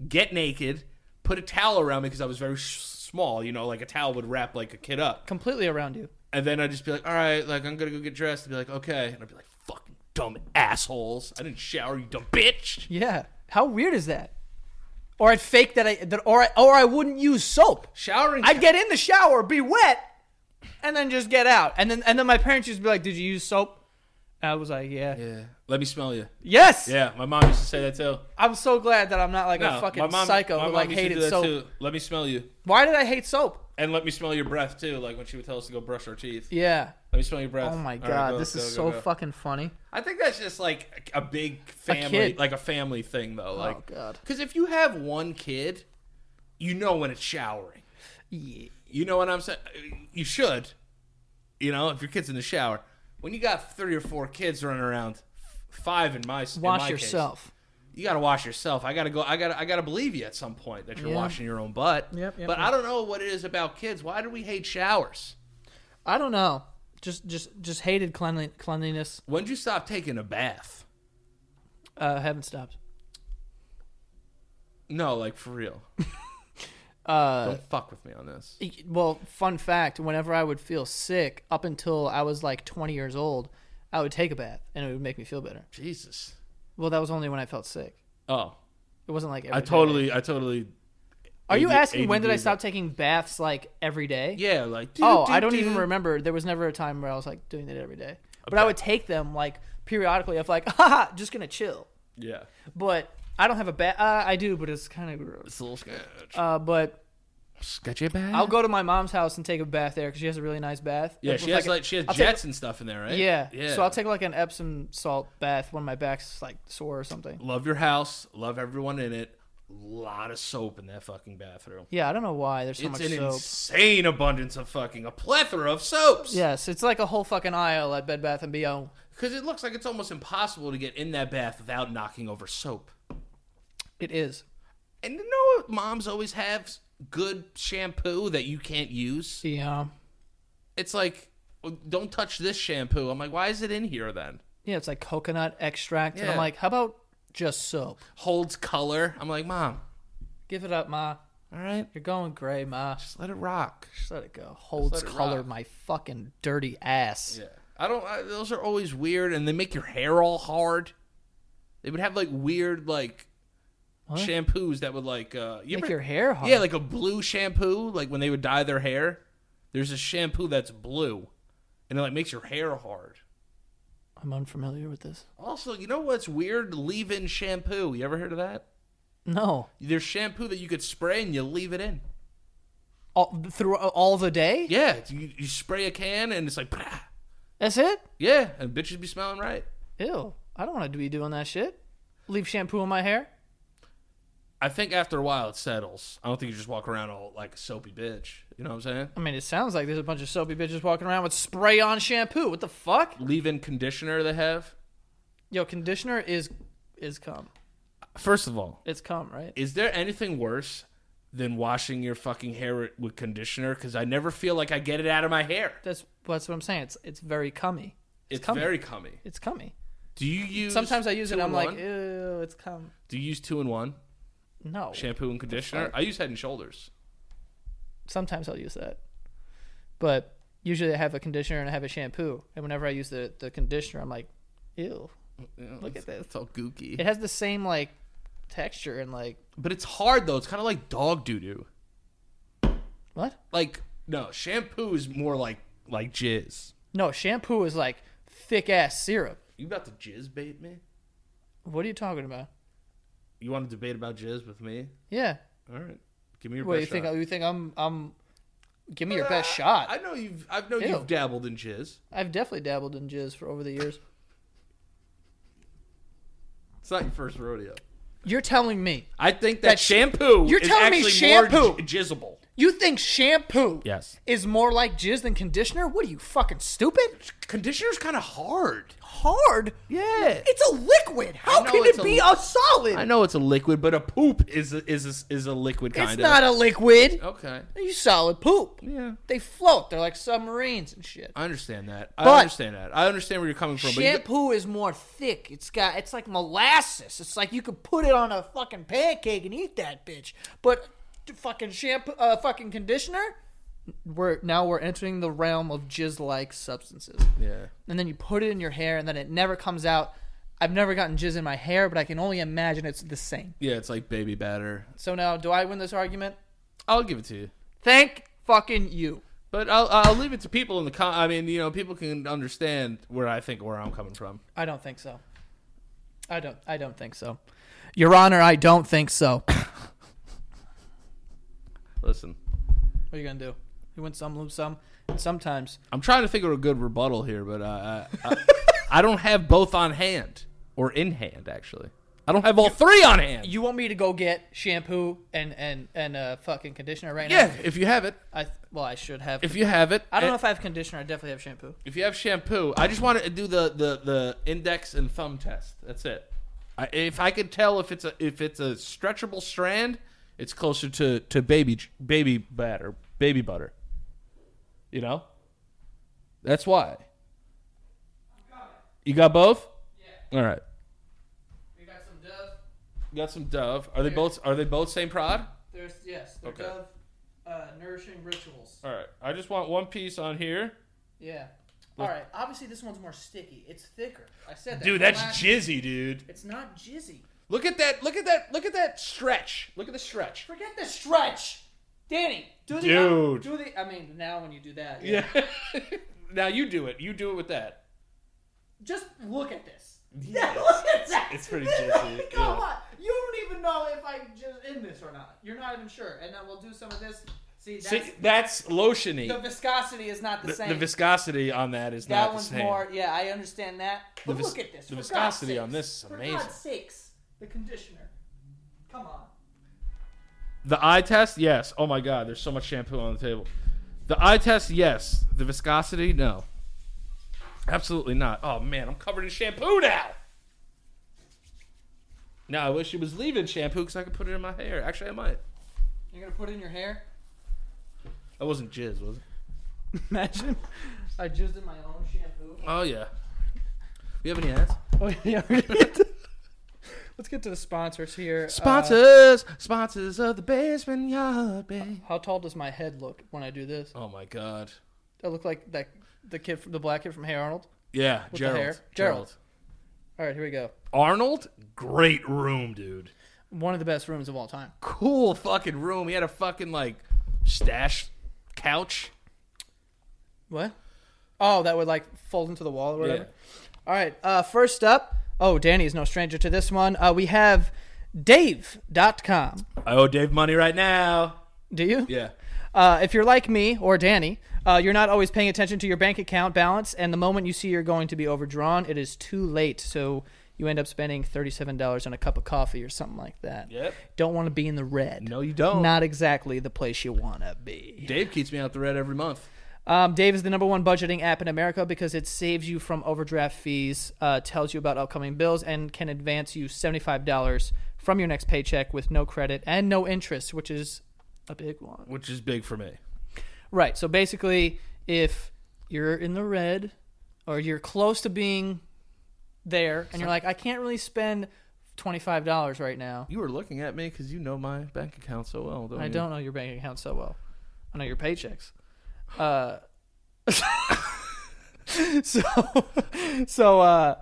B: get naked, put a towel around me because I was very sh- small. You know, like a towel would wrap like a kid up,
A: completely around you
B: and then I'd just be like, "All right, like I'm gonna go get dressed," and be like, "Okay," and I'd be like, "Fucking dumb assholes! I didn't shower, you dumb bitch."
A: yeah how weird is that or i'd fake that i that, or I, or i wouldn't use soap
B: Showering.
A: i'd get in the shower be wet and then just get out and then and then my parents used to be like did you use soap i was like yeah,
B: yeah. Let me smell you.
A: yes
B: Yeah, my mom used to say that too.
A: I'm so glad that I'm not like
B: No,
A: a fucking
B: my mom,
A: psycho
B: my
A: who
B: mom
A: like
B: used to do
A: hated
B: that
A: soap.
B: too. Let me smell you,
A: Why did I hate soap?
B: and let me smell your breath too. Like when she would tell us to go brush our teeth.
A: Yeah.
B: Let me smell your breath.
A: Oh my
B: All right,
A: god,
B: go,
A: this
B: go,
A: is
B: go,
A: so
B: go.
A: fucking funny.
B: I think that's just like a a big family,
A: kid. Oh,
B: like a family thing, though. Like,
A: God.
B: because if you have one kid, you know when it's showering.
A: Yeah.
B: You know what I'm saying? You should. You know, if your kid's in the shower, when you got three or four kids running around, f- five in my in my
A: Wash
B: case,
A: yourself.
B: you got to wash yourself. I got to go. I got. to I got to believe you at some point that you're
A: Yeah.
B: washing your own butt.
A: Yep, yep,
B: but I
A: yep.
B: don't know what it is about kids. Why do we hate showers?
A: I don't know. Just just just hated cleanly, cleanliness.
B: When'd you stop taking a bath?
A: Uh haven't stopped.
B: No, like for real.
A: Uh
B: Don't fuck with me on this.
A: e- well, fun fact, whenever I would feel sick up until I was like 20 years old, I would take a bath and it would make me feel better.
B: Jesus.
A: Well, that was only when I felt sick.
B: Oh,
A: It wasn't like every
B: I
A: day.
B: totally, I totally.
A: Are you
B: AD-
A: asking when did I
B: ADD.
A: stop taking baths like every day?
B: Yeah, like. do,
A: Oh,
B: do,
A: I don't
B: do.
A: even remember. There was never a time where I was like doing that every day. But I would take them like periodically. Of like, haha, just gonna chill.
B: Yeah,
A: But I don't have a bad. Uh, I do, but it's kind of gross.
B: it's a little sketch.
A: Uh, but
B: sketchy bath.
A: I'll go to my mom's house and take a bath there because she has a really nice bath.
B: Yeah,
A: Like,
B: she
A: with,
B: has
A: a-
B: like, she has
A: I'll take-
B: jets and stuff in there, right?
A: yeah.
B: Yeah.
A: So I'll take like an Epsom salt bath when my back's like sore or something.
B: Love your house. Love everyone in it. Lot of soap in that fucking bathroom.
A: Yeah, I don't know why there's so
B: it's
A: much
B: an
A: soap.
B: insane abundance of fucking a plethora of soaps.
A: yes, it's like a whole fucking aisle at Bed Bath and Beyond.
B: Because it looks like it's almost impossible to get in that bath without knocking over soap.
A: It is.
B: And you know what moms always have good shampoo that you can't use?
A: Yeah.
B: It's like, "Well, don't touch this shampoo. I'm like, why is it in here then?
A: Yeah, it's like coconut extract, and
B: Yeah.
A: I'm like, how about just soap?
B: Holds color. I'm like, mom,
A: Give it up, ma.
B: all right,
A: You're going gray, ma.
B: just let it rock.
A: Just let it go. Holds
B: let it
A: color
B: rock.
A: my fucking dirty ass.
B: Yeah. I don't, I, those are always weird and they make your hair all hard. They would have like weird, like, shampoos that would like, uh, you
A: Make
B: ever-
A: your hair hard.
B: Yeah, like a blue shampoo, like when they would dye their hair. There's a shampoo that's blue, and it like makes your hair hard.
A: I'm unfamiliar with this.
B: Also, you know what's weird? Leave-in shampoo. You ever heard of that?
A: No.
B: There's shampoo that you could spray and you leave it in.
A: All, through all the day?
B: Yeah, it's- you, you spray a can and it's like, "Prah."
A: That's it?
B: yeah, and bitches be smelling right.
A: Ew. I don't want to be doing that shit. Leave shampoo in my hair?
B: I think after a while it settles. I don't think you just walk around all like a soapy bitch. You know what I'm saying?
A: I mean, it sounds like there's a bunch of soapy bitches walking around with spray on shampoo. What the fuck?
B: Leave-in conditioner they have.
A: Yo, conditioner is is cum.
B: First of all,
A: It's cum, right?
B: is there anything worse than washing your fucking hair with conditioner? Because I never feel like I get it out of my hair.
A: That's that's what I'm saying. It's it's very cummy.
B: It's,
A: cummy.
B: very cummy.
A: It's cummy.
B: Do you use
A: Sometimes I use it
B: two
A: and I'm
B: in
A: like,
B: one?
A: ew, it's cum.
B: Do you use two in one
A: No.
B: shampoo and conditioner? I use Head and Shoulders.
A: Sometimes I'll use that, but usually I have a conditioner and I have a shampoo. And whenever I use the the conditioner, I'm like, ew.
B: Look
A: at this.
B: It's all gooky.
A: It has the same like texture and like
B: But it's hard though. It's kind of like dog doo doo.
A: what?
B: Like no, shampoo is more like like jizz.
A: No, shampoo is like thick ass syrup.
B: You about to jizz bait me?
A: What are you talking about?
B: You want to debate about jizz with me?
A: Yeah.
B: All right, give me your
A: What you
B: best
A: think?
B: shot.
A: You think I'm? I'm. Give me your best
B: Uh, I-
A: shot.
B: I know you've. I know
A: Ew.
B: you've dabbled in jizz.
A: I've definitely dabbled in jizz for over the years.
B: It's not your first rodeo.
A: You're telling me
B: I think that,
A: That sh-
B: shampoo.
A: You're
B: is
A: telling me
B: actually more
A: shampoo-
B: j- jizzable.
A: you think shampoo
B: Yes.
A: is more like jizz than conditioner? What are you fucking stupid?
B: Conditioner's kind of hard.
A: Hard.
B: Yeah.
A: It's a liquid. How
B: know
A: can
B: it's
A: it
B: a
A: be
B: li-
A: a solid?
B: I know it's a liquid, but a poop is a, is a, is a liquid kind
A: it's
B: of.
A: not a liquid.
B: Okay.
A: You solid poop.
B: Oh. Yeah.
A: They float. They're like submarines and shit.
B: I understand that.
A: But-
B: I understand that. I understand where you're coming from. But you,
A: Shampoo is more thick. It's got it's like molasses. It's like you could put it on a fucking pancake and eat that bitch. But t- fucking shampoo, uh, fucking conditioner. We're now we're entering the realm of jizz-like substances.
B: yeah.
A: And then you put it in your hair, and then it never comes out. I've never gotten jizz in my hair, but I can only imagine it's the same.
B: Yeah, it's like baby batter.
A: So now, do I win this argument?
B: I'll give it to you.
A: Thank fucking you.
B: But I'll, I'll leave it to people in the com- I mean, you know, people can understand where I think where I'm coming from.
A: I don't think so. I don't. I don't think so. Your Honor, I don't think so. what
B: Listen,
A: are you gonna do? You win some, lose some. And sometimes
B: I'm trying to think of a good rebuttal here, but uh, I, I, I don't have both on hand or in hand. Actually, I don't have all three on hand.
A: you want me to go get shampoo and and and uh, fucking conditioner right
B: yeah,
A: now.
B: if you have it,
A: I well, I should have.
B: if you have it,
A: I don't know if I have conditioner. I definitely have shampoo.
B: If you have shampoo, I just want to do the, the, the index and thumb test. That's it. I, if I could tell if it's a if it's a stretchable strand, it's closer to, to baby baby batter, baby butter. You know? That's why. You got both? Yeah. All right.
A: We got some Dove.
B: You got some Dove. Are they both are they both same prod?
A: There's yes, the
B: Okay.
A: Dove uh, nourishing rituals.
B: All right. I just want one piece on here.
A: Yeah. All right. Obviously, this one's more sticky. It's thicker. I said that.
B: Dude, that's
A: Relax.
B: jizzy, dude.
A: It's not jizzy.
B: Look at that. Look at that. Look at that stretch. Look at the stretch.
A: Forget the stretch, Danny. Do the
B: Dude.
A: do the. I mean, now when you do that, yeah.
B: Yeah. now you do it. You do it with that.
A: Just look at this.
B: Yeah,
A: look at that.
B: it's pretty
A: Come
B: jizzy, yeah.
A: on, you don't even know if I'm just in this or not. You're not even sure. And then we'll do some of this. See, that's,
B: See, that's lotiony.
A: the
B: The,
A: viscosity is not the,
B: the,
A: same.
B: viscosity on that is
A: that
B: not
A: one's
B: the same.
A: more. Yeah, I understand that. But
B: vis-
A: look at this.
B: the
A: for
B: viscosity
A: God's
B: on this is
A: sakes.
B: amazing.
A: For God's sakes, the conditioner. Come on.
B: The eye test, yes. Oh my god, there's so much shampoo on the table. The eye test, yes. The viscosity, no. Absolutely not. Oh man, I'm covered in shampoo now. Now I wish it was leaving shampoo because I could put it in my hair. Actually, I might.
A: You're gonna put it in your hair.
B: That wasn't jizz, was it?
A: Imagine. I jizzed in my own shampoo.
B: Oh yeah. We have any ads?
A: Oh yeah. we did. Let's get to the sponsors here. Uh,
B: Sponsors, sponsors of the basement yard, babe.
A: Uh, how tall does my head look when I do this?
B: Oh my god.
A: I look like that the kid, from, the black kid from Hey Arnold.
B: Yeah,
A: With the
B: Gerald.
A: hair.
B: Gerald.
A: All right, here we go.
B: Arnold, great room, dude.
A: One of the best rooms of all time.
B: Cool fucking room. He had a fucking like stash couch.
A: What? Oh, that would like fold into the wall or whatever. All right. Uh, first up, oh, Danny is no stranger to this one. Uh, we have Dave.com.
B: I owe Dave money right now.
A: Do you?
B: Yeah.
A: Uh, if you're like me or Danny, uh, you're not always paying attention to your bank account balance, and the moment you see you're going to be overdrawn, it is too late. So you end up spending $37 on a cup of coffee or something like that.
B: Yep.
A: Don't want to be in the red.
B: No, you don't.
A: Not exactly the place you want to be.
B: Dave keeps me out the red every month.
A: Um, Dave is the number one budgeting app in America because it saves you from overdraft fees, uh, tells you about upcoming bills, and can advance you $75 from your next paycheck with no credit and no interest, which is a big one.
B: Which is big for me.
A: Right. So basically, if you're in the red or you're close to being there and you're like, I can't really spend $25 right now,
B: You were looking at me because you know my bank account so well, don't
A: I
B: you?
A: don't know your bank account so well. I know your paychecks. Uh, so, so, uh,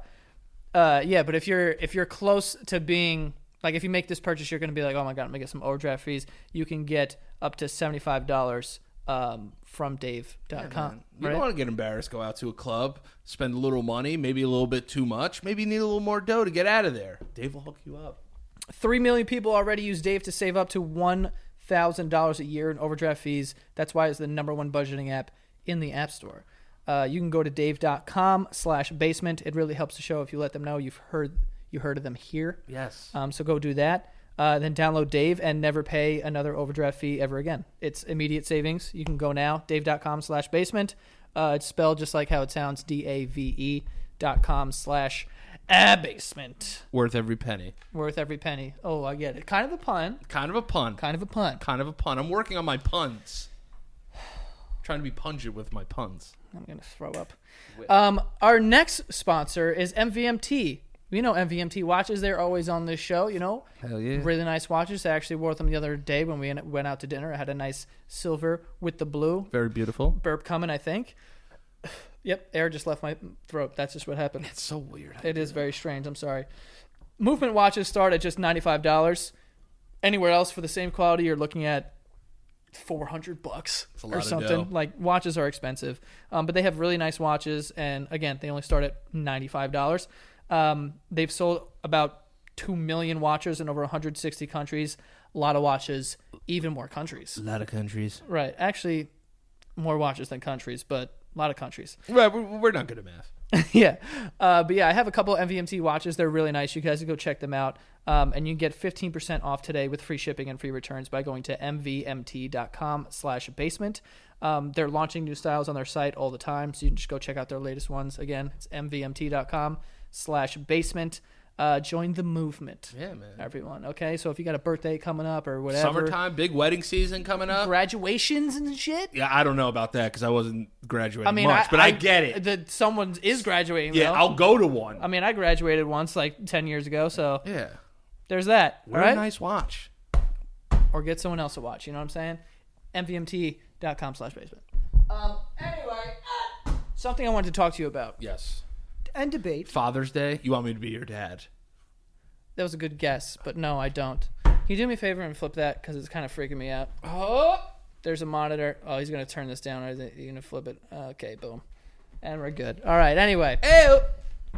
A: uh, yeah. But if you're if you're close to being like, if you make this purchase, you're going to be like, oh my god, I'm gonna get some overdraft fees. You can get up to seventy five dollars um, from Dave.com.
B: You
A: right?
B: don't want to get embarrassed. Go out to a club, spend a little money, maybe a little bit too much, maybe you need a little more dough to get out of there. Dave will hook you up.
A: Three million people already use Dave to save up to one thousand dollars a year in overdraft fees. That's why it's the number one budgeting app in the App Store. Uh, you can go to dave.com slash basement. It really helps the show if you let them know you've heard you heard of them here.
B: Yes.
A: Um, so go do that. Uh, then download Dave and never pay another overdraft fee ever again. It's immediate savings. You can go now, dave.com slash basement. Uh, it's spelled just like how it sounds, D-A-V-E E dot com slash ah, basement.
B: Worth every penny.
A: Worth every penny. Oh, I get it. Kind of a pun.
B: Kind of a pun.
A: Kind of a pun.
B: Kind of a pun. I'm working on my puns. trying to be pungent with my puns.
A: I'm gonna throw up. Um, our next sponsor is MVMT. You know MVMT watches. They're always on this show. You know,
B: Hell yeah.
A: really nice watches. I actually wore them the other day when we went out to dinner. I had a nice silver with the blue
B: Very beautiful.
A: burp coming. I think. Yep, air just left my throat. That's just what happened.
B: It's so weird.
A: It is very strange. I'm sorry. Movement watches start at just ninety five dollars. Anywhere else for the same quality, you're looking at four hundred bucks
B: a lot
A: or
B: of
A: something.
B: dough.
A: Like watches are expensive, um, but they have really nice watches, and again, they only start at ninety five dollars. Um, they've sold about two million watches in over one hundred sixty countries. A lot of watches, even more countries.
B: A lot of countries.
A: Right, actually, more watches than countries, but a lot of countries.
B: Right, we're, we're not good at math.
A: yeah. Uh, but yeah, I have a couple MVMT watches. They're really nice. You guys can go check them out. Um, and you can get 15% off today with free shipping and free returns by going to mvmt.com slash basement. Um, they're launching new styles on their site all the time. So you can just go check out their latest ones. Again, it's mvmt.com slash basement. Uh, join the movement,
B: Yeah, man.
A: everyone. Okay. So if you got a birthday coming up or whatever,
B: Summertime, big wedding season coming up.
A: graduations and shit.
B: Yeah, I don't know about that because I wasn't graduating
A: I mean,
B: March,
A: I,
B: but I, get it.
A: That someone is graduating.
B: yeah,
A: though.
B: I'll go to one.
A: I mean, I graduated once like 10 years ago, so
B: yeah,
A: there's that.
B: wear
A: all right?
B: a nice watch.
A: Or get someone else to watch. You know what I'm saying? MVMT.com slash basement. Um, anyway, ah, something I wanted to talk to you about
B: Yes.
A: and debate.
B: Father's Day. You want me to be your dad?
A: That was a good guess, but no, I don't. Can you do me a favor and flip that? Because it's kind of freaking me out.
B: Oh,
A: There's a monitor. Oh, he's going to turn this down. Or is it- you're going to flip it. Okay, boom. And we're good. All right, anyway.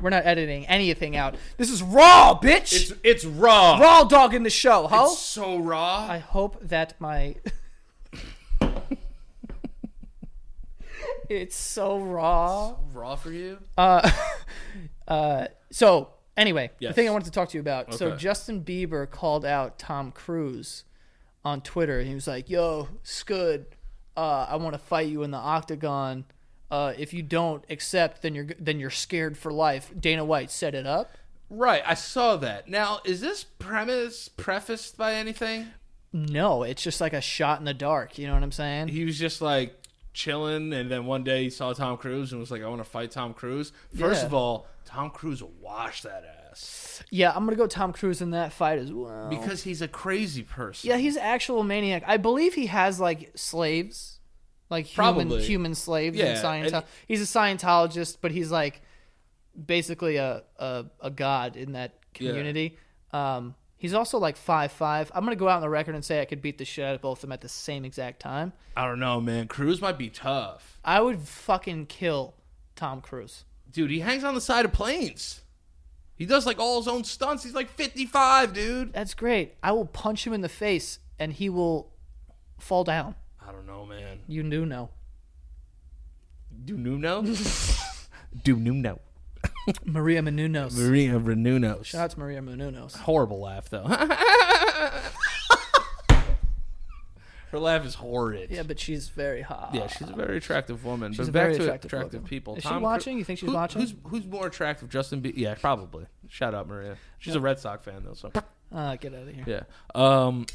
A: We're not editing anything out. This is raw, bitch!
B: it's it's raw.
A: raw dog in the show, huh?
B: It's so raw.
A: I hope that my. it's so raw.
B: raw for you.
A: So, anyway, the
B: Yes.
A: thing I wanted to talk to you about. So,
B: Okay.
A: Justin Bieber called out Tom Cruise on Twitter. He was like, Yo, Scud, uh, I want to fight you in the octagon. Uh, if you don't accept, then you're then you're scared for life. Dana White set it up.
B: right, I saw that. Now, is this premise prefaced by anything?
A: No, it's just like a shot in the dark. You know what I'm saying?
B: He was just like chilling, and then one day he saw Tom Cruise and was like, "I want to fight Tom Cruise." First
A: Yeah.
B: of all, Tom Cruise washed that ass
A: yeah, I'm gonna go Tom Cruise in that fight as well.
B: because he's a crazy person.
A: Yeah, he's an actual maniac. I believe he has like slaves, like human
B: Probably.
A: human slaves in
B: Yeah,
A: Scientology.
B: and-
A: he's a Scientologist, but he's like basically a a, a god in that community. Um, he's also like five five. I'm gonna go out on the record and say I could beat the shit out of both of them at the same exact time.
B: I don't know, man. Cruise might be tough,
A: I would fucking kill Tom Cruise.
B: dude. He hangs on the side of planes. He does like all his own stunts. He's like 55, dude.
A: That's great. I will punch him in the face and he will fall down.
B: I don't know, man.
A: You do know.
B: Do Nuno? Do Nuno.
A: Maria Menounos.
B: Maria Renunos.
A: Shout out to Maria Menounos.
B: Horrible laugh, though. Her laugh is horrid.
A: Yeah, but she's very hot.
B: Yeah, she's a very attractive woman.
A: She's
B: but
A: a
B: back
A: very
B: to
A: attractive
B: attractive,
A: woman.
B: people.
A: Is she
B: Cru-
A: watching? You think she's
B: Who-
A: watching?
B: Who's, who's more attractive, Justin Bieber? Yeah, probably. Shout out, Maria. She's a Red Sox fan, though. So
A: Uh, get out of here.
B: yeah. Um,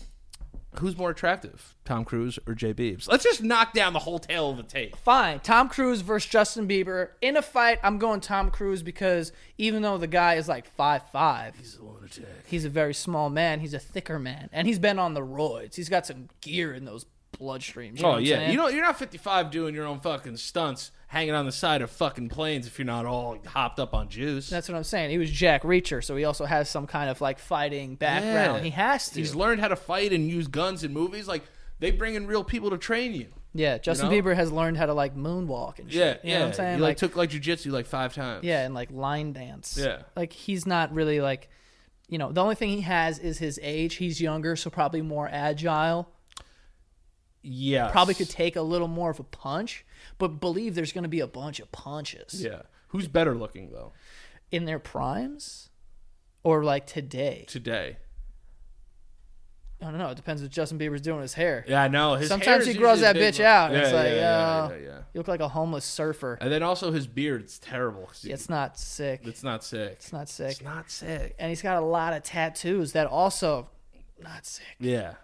B: who's more attractive, Tom Cruise or Jay Biebs? Let's just knock down the whole tail of the tape.
A: Fine. Tom Cruise versus Justin Bieber. In a fight, I'm going Tom Cruise because even though the guy is like 5'5,
B: He's a lunatic.
A: he's a very small man. He's a thicker man. And he's been on the roids. He's got some gear in those bloodstream. You know
B: Oh
A: what I'm
B: yeah,
A: saying?
B: you know you're not 55 doing your own fucking stunts, hanging on the side of fucking planes if you're not all hopped up on juice.
A: That's what I'm saying. He was Jack Reacher, so he also has some kind of like fighting background.
B: Yeah.
A: He has to.
B: He's learned how to fight and use guns in movies. Like they bring in real people to train you.
A: yeah, Justin
B: know?
A: Bieber has learned how to like moonwalk and shit.
B: Yeah,
A: you
B: yeah.
A: know what I'm saying?
B: He like,
A: Like,
B: took like jujitsu like five times.
A: yeah, and like line dance.
B: Yeah.
A: like he's not really like, you know, the only thing he has is his age. He's younger, so probably more agile.
B: yeah.
A: Probably could take a little more of a punch, but believe there's going to be a bunch of punches
B: yeah. Who's better looking though
A: in their primes, or like today.
B: today?
A: I don't know. It depends what Justin Bieber's doing with his hair.
B: Yeah, I know. His hair
A: Sometimes
B: is
A: he grows
B: usually
A: that
B: big
A: bitch
B: look.
A: out. and
B: Yeah,
A: it's like,
B: yeah, yeah,
A: uh,
B: yeah, yeah.
A: you look like a homeless surfer.
B: And then also his beard's terrible. 'cause he-
A: It's not sick.
B: it's not sick.
A: It's not sick.
B: It's not sick.
A: And he's got a lot of tattoos that also not sick.
B: Yeah,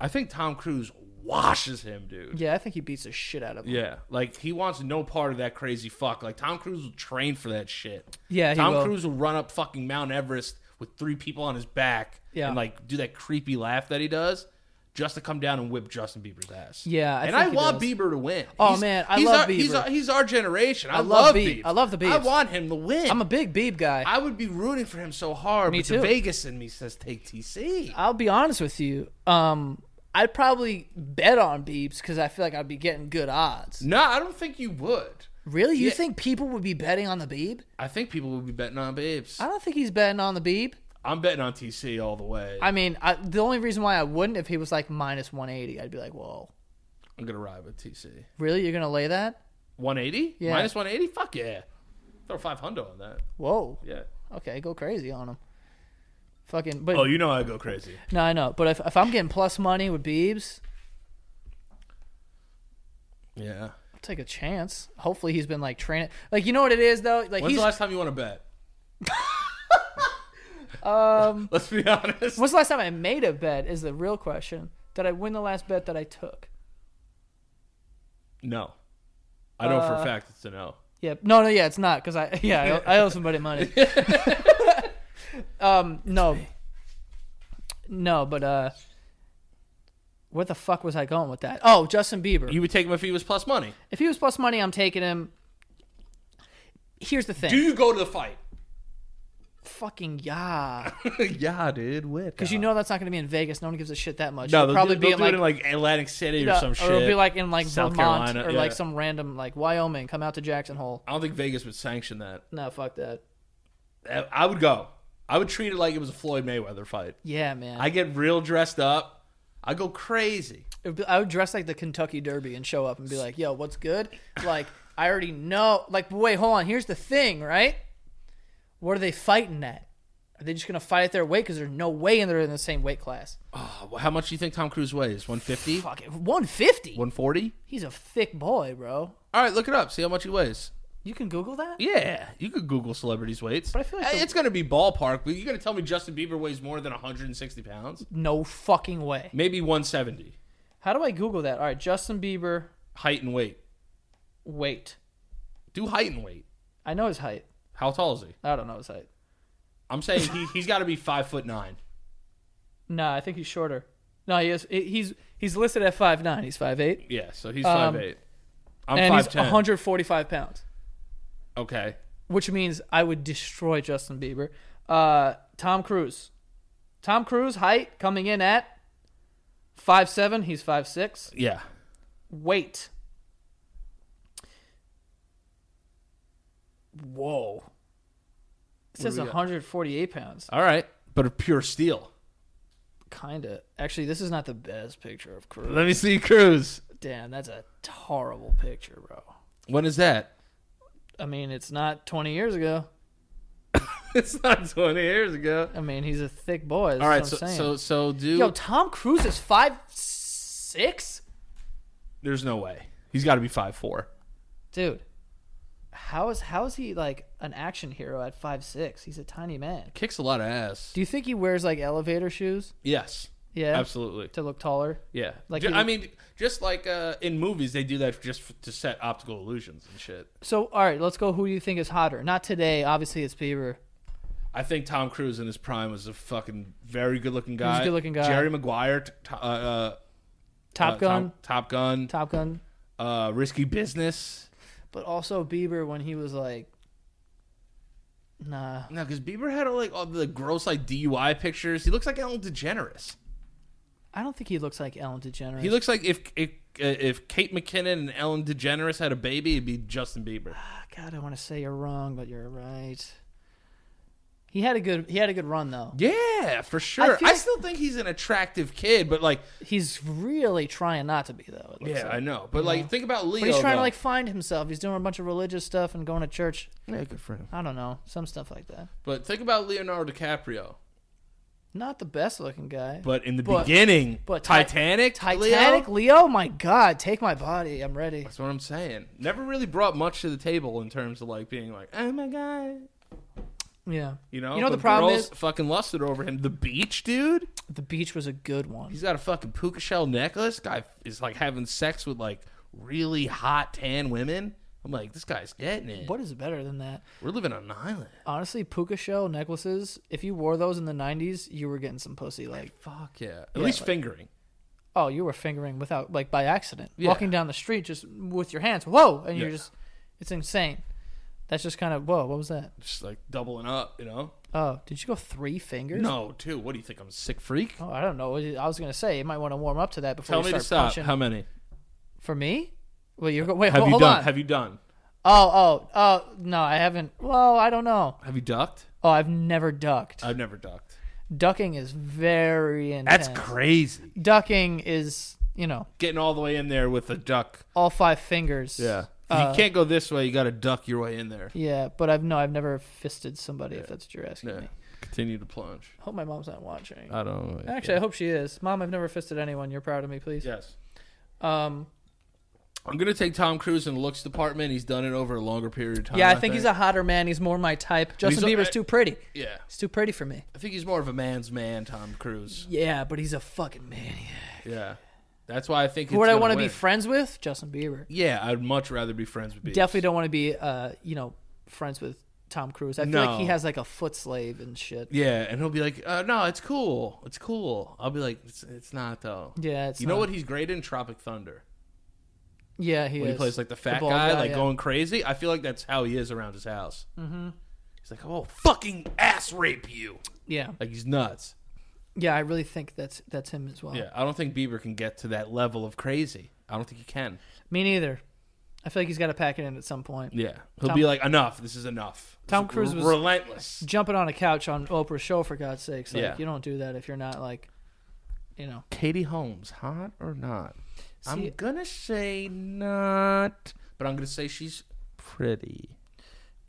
B: I think Tom Cruise washes him, dude.
A: Yeah, I think he beats the shit out of him.
B: Yeah, like he wants no part of that crazy fuck. Like Tom Cruise will train for that shit.
A: Yeah, he
B: Tom
A: will.
B: Cruise will run up fucking Mount Everest with three people on his back.
A: Yeah.
B: and like do that creepy laugh that he does just to come down and whip Justin Bieber's ass.
A: Yeah, I
B: and
A: think
B: I
A: he
B: want
A: does.
B: Bieber to win.
A: Oh,
B: He's-
A: man, I
B: he's
A: love
B: our, He's
A: Bieber.
B: our, he's our generation. I,
A: love
B: love
A: Biebs.
B: Biebs.
A: I love the
B: I
A: Biebs.
B: want him to win.
A: I'm a big Beeb guy.
B: I would be rooting for him so hard.
A: Me
B: but
A: too.
B: The Vegas in me says take TC.
A: I'll be honest with you. Um, I'd probably bet on Beebs because I feel like I'd be getting good odds.
B: no, I don't think you would.
A: Really? You
B: Yeah.
A: think people would be betting on the Beeb?
B: I think people would be betting on Biebs.
A: I don't think he's betting on the Beeb.
B: I'm betting on TC all the way.
A: I mean, I, the only reason why I wouldn't if he was like minus 180, I'd be like, whoa,
B: I'm gonna ride with TC.
A: really? You're going to lay that?
B: 180?
A: Yeah.
B: Minus 180? Fuck yeah. Throw five hundo on that.
A: Whoa.
B: Yeah.
A: Okay, go crazy on him. Fucking, but
B: Oh, you know I go crazy.
A: no, I know. But if, if I'm getting plus money with Beebs,
B: Yeah.
A: I'll take a chance. Hopefully, he's been like training. Like you know what it is though. Like
B: When's
A: he's
B: the last time you won a bet? um. Let's be honest.
A: when's the last time I made a bet is the real question. Did I win the last bet that I took?
B: No. I know
A: Uh,
B: for a fact it's a no.
A: Yeah. No, no, yeah, it's not because I yeah I, I owe somebody money. um, no, no, but uh, where the fuck was I going with that? Oh, Justin Bieber.
B: You would take him if he was plus money.
A: if he was plus money, I'm taking him. Here's the thing.
B: Do you go to the fight?
A: Fucking yeah.
B: yeah, dude. Win.
A: Because you know that's not going to be in Vegas. No one gives a shit that much.
B: no,
A: It'll
B: they'll
A: probably
B: do,
A: be
B: they'll
A: in
B: do
A: like,
B: it in like Atlantic City or
A: yeah,
B: some shit.
A: it'll be like in like
B: South
A: Vermont
B: Carolina,
A: or like
B: yeah.
A: some random like Wyoming. Come out to Jackson Hole.
B: I don't think Vegas would sanction that.
A: No, fuck that.
B: I- I would go. I would treat it like it was a Floyd Mayweather fight.
A: Yeah, man.
B: I get real dressed up. I go crazy.
A: It would be- I would dress like the Kentucky Derby and show up and be like, "Yo, what's good?" Like I already know. Like but wait, hold on. Here's the thing, right? What are they fighting at? Are they just gonna fight at their weight? Because there's no way in they're in the same weight class.
B: Oh, how much do you think Tom Cruise weighs? 150?
A: Fuck it, 150.
B: 140?
A: He's a thick boy, bro.
B: All right, look it up. See how much he weighs.
A: You can Google that.
B: Yeah, you could Google celebrities' weights.
A: But I feel like
B: Hey,
A: the-
B: it's going to be ballpark. But you're going to tell me Justin Bieber weighs more than 160 pounds?
A: No fucking way.
B: Maybe 170.
A: How do I Google that? All right, Justin Bieber
B: Height and weight.
A: weight.
B: Do height and weight.
A: I know his height.
B: How tall is he?
A: I don't know his height.
B: I'm saying he, he's got to be five foot nine.
A: Nah, I think he's shorter. No, he is. He's he's listed at five nine. He's five eight,
B: Yeah, so he's
A: Um,
B: five eight. I'm
A: and
B: five
A: he's
B: ten.
A: one hundred forty five pounds,
B: Okay,
A: which means I would destroy Justin Bieber. Uh, Tom Cruise, Tom Cruise height coming in at five seven. He's five six.
B: yeah.
A: Weight. Whoa. It says
B: we got?
A: 148 pounds.
B: All right, but a pure steel.
A: Kinda. Actually, this is not the best picture of Cruise.
B: Let me see Cruise.
A: Damn, that's a horrible picture, bro.
B: When is that?
A: I mean, it's not 20 years ago.
B: it's not 20 years ago.
A: I mean, he's a thick boy. That's
B: All right,
A: what
B: so
A: I'm saying.
B: so so do
A: yo, Tom Cruise is five six,
B: there's no way he's got to be five four.
A: dude. How is how is he like an action hero at five six? He's a tiny man.
B: Kicks a lot of ass.
A: Do you think he wears like elevator shoes?
B: yes,
A: Yeah,
B: absolutely.
A: to look taller.
B: Yeah,
A: Like
B: like Ju-
A: he-
B: I mean, just like uh, in movies, they do that just f- to set optical illusions and shit.
A: So, all right, let's go. Who do you think is hotter? Not today. Obviously, it's Bieber.
B: I think Tom Cruise in his prime was a fucking very good looking guy.
A: good-looking guy.
B: Jerry Maguire, t- t- uh, uh, Uh,
A: Top Gun,
B: Top, Top Gun.
A: Top Gun,
B: Uh, Risky Business.
A: but also Bieber when he was like, nah,
B: No, because Bieber had all, like all the gross like DUI pictures. He looks like Ellen DeGeneres.
A: I don't think he looks like Ellen DeGeneres.
B: He looks like if if uh, if Kate McKinnon and Ellen DeGeneres had a baby, it'd be Justin Bieber.
A: God, I want to say you're wrong, but you're right. He had a good he had a good run though.
B: Yeah, for sure.
A: feel
B: I,
A: like-
B: still think he's an attractive kid, but like,
A: He's really trying not to be though. It looks
B: yeah,
A: like.
B: I know. But like, think about Leo.
A: But he's trying
B: though.
A: to like find himself. He's doing a bunch of religious stuff and going to church.
B: yeah, good for him.
A: I don't know, some stuff like that.
B: But think about Leonardo DiCaprio.
A: Not the best looking guy.
B: But in the
A: But-
B: beginning,
A: but Ti-
B: Titanic,
A: Titanic,
B: Leo?
A: Leo? my God, take my body. I'm ready.
B: That's what I'm saying. Never really brought much to the table in terms of like being like, oh my god,
A: Yeah.
B: you know.
A: You know what
B: But
A: the problem
B: girls
A: is?
B: fucking lusted over him. The beach, dude.
A: The beach was a good one.
B: He's got a fucking puka shell necklace. Guy is like having sex with like really hot tan women. I'm like, this guy's getting it.
A: What is better than that?
B: We're living on an island.
A: Honestly, puka shell necklaces, if you wore those in the 90s, you were getting some pussy. Like,
B: Fuck yeah. At least
A: like-
B: fingering.
A: oh, you were fingering without, like, by accident.
B: Yeah.
A: Walking down the street just with your hands. Whoa! And you're
B: Yeah.
A: just, it's insane. That's just kind of, whoa, what was that?
B: Just like doubling up, you know?
A: Oh, did you go three fingers?
B: No, too. What do you think? I'm a sick freak?
A: Oh, I don't know. I was going to say, you might want to warm up to that before
B: Tell
A: you start
B: me to stop.
A: punching.
B: How many?
A: For me? Well, you're go- wait.
B: Have
A: ho-
B: you
A: hold
B: done?
A: on.
B: Have you done?
A: oh, oh, oh. No, I haven't. Well, I don't know.
B: Have you ducked?
A: Oh, I've never ducked.
B: I've never ducked.
A: Ducking is very intense.
B: Uh, That's crazy.
A: Ducking is you know
B: Getting all the way in there with a duck.
A: all five fingers. Uh,
B: you can't go this way. You got to duck your way in there.
A: Yeah, but I've no, I've never fisted somebody. If that's what you're asking
B: Yeah. Uh,
A: me.
B: Continue to plunge.
A: Hope my mom's not watching.
B: I don't know.
A: Actually, I hope she is. Mom, I've never fisted anyone. You're proud of me, please.
B: Yes.
A: Um.
B: I'm gonna take Tom Cruise in the looks department. He's done it over a longer period of time.
A: Yeah, I think he's a hotter man. He's more my type. Justin
B: he's a-
A: Bieber's too pretty.
B: yeah.
A: He's too pretty for me.
B: I think he's more of a man's man, Tom Cruise.
A: Yeah, but he's a fucking maniac.
B: Yeah, that's why I think. It's
A: Who would I
B: gonna
A: want to
B: win.
A: be friends with? Justin Bieber.
B: yeah, I'd much rather be friends with. Beavs.
A: Definitely don't want to be, uh, you know, friends with Tom Cruise. I feel like he
B: No.
A: has like a foot slave and shit.
B: Yeah, and he'll be like, uh, "No, it's cool. It's cool." I'll be like, "It's, it's not though."
A: Yeah, it's
B: you know
A: not-
B: what he's great in? Tropic Thunder.
A: Yeah, he
B: When
A: is.
B: he plays like the fat
A: bald
B: guy, like
A: yeah.
B: going crazy. I feel like that's how he is around his house. Mm-hmm. He's like, "Oh, fucking ass rape you!"
A: Yeah,
B: Like he's nuts.
A: yeah. I really think that's that's him as well.
B: Yeah, I don't think Bieber can get to that level of crazy. I don't think he can.
A: Me neither. I feel like he's got to pack it in at some point.
B: Yeah, he'll
A: Tom-
B: be like, "Enough. This is enough."
A: Tom
B: It's
A: Cruise was-
B: relentless.
A: Jumping on a couch on Oprah's show for God's sakes. Like,
B: Yeah.
A: you don't do that if you're not like, you know.
B: Katie Holmes, hot or not?
A: See-
B: I'm gonna say not, but I'm gonna say she's pretty.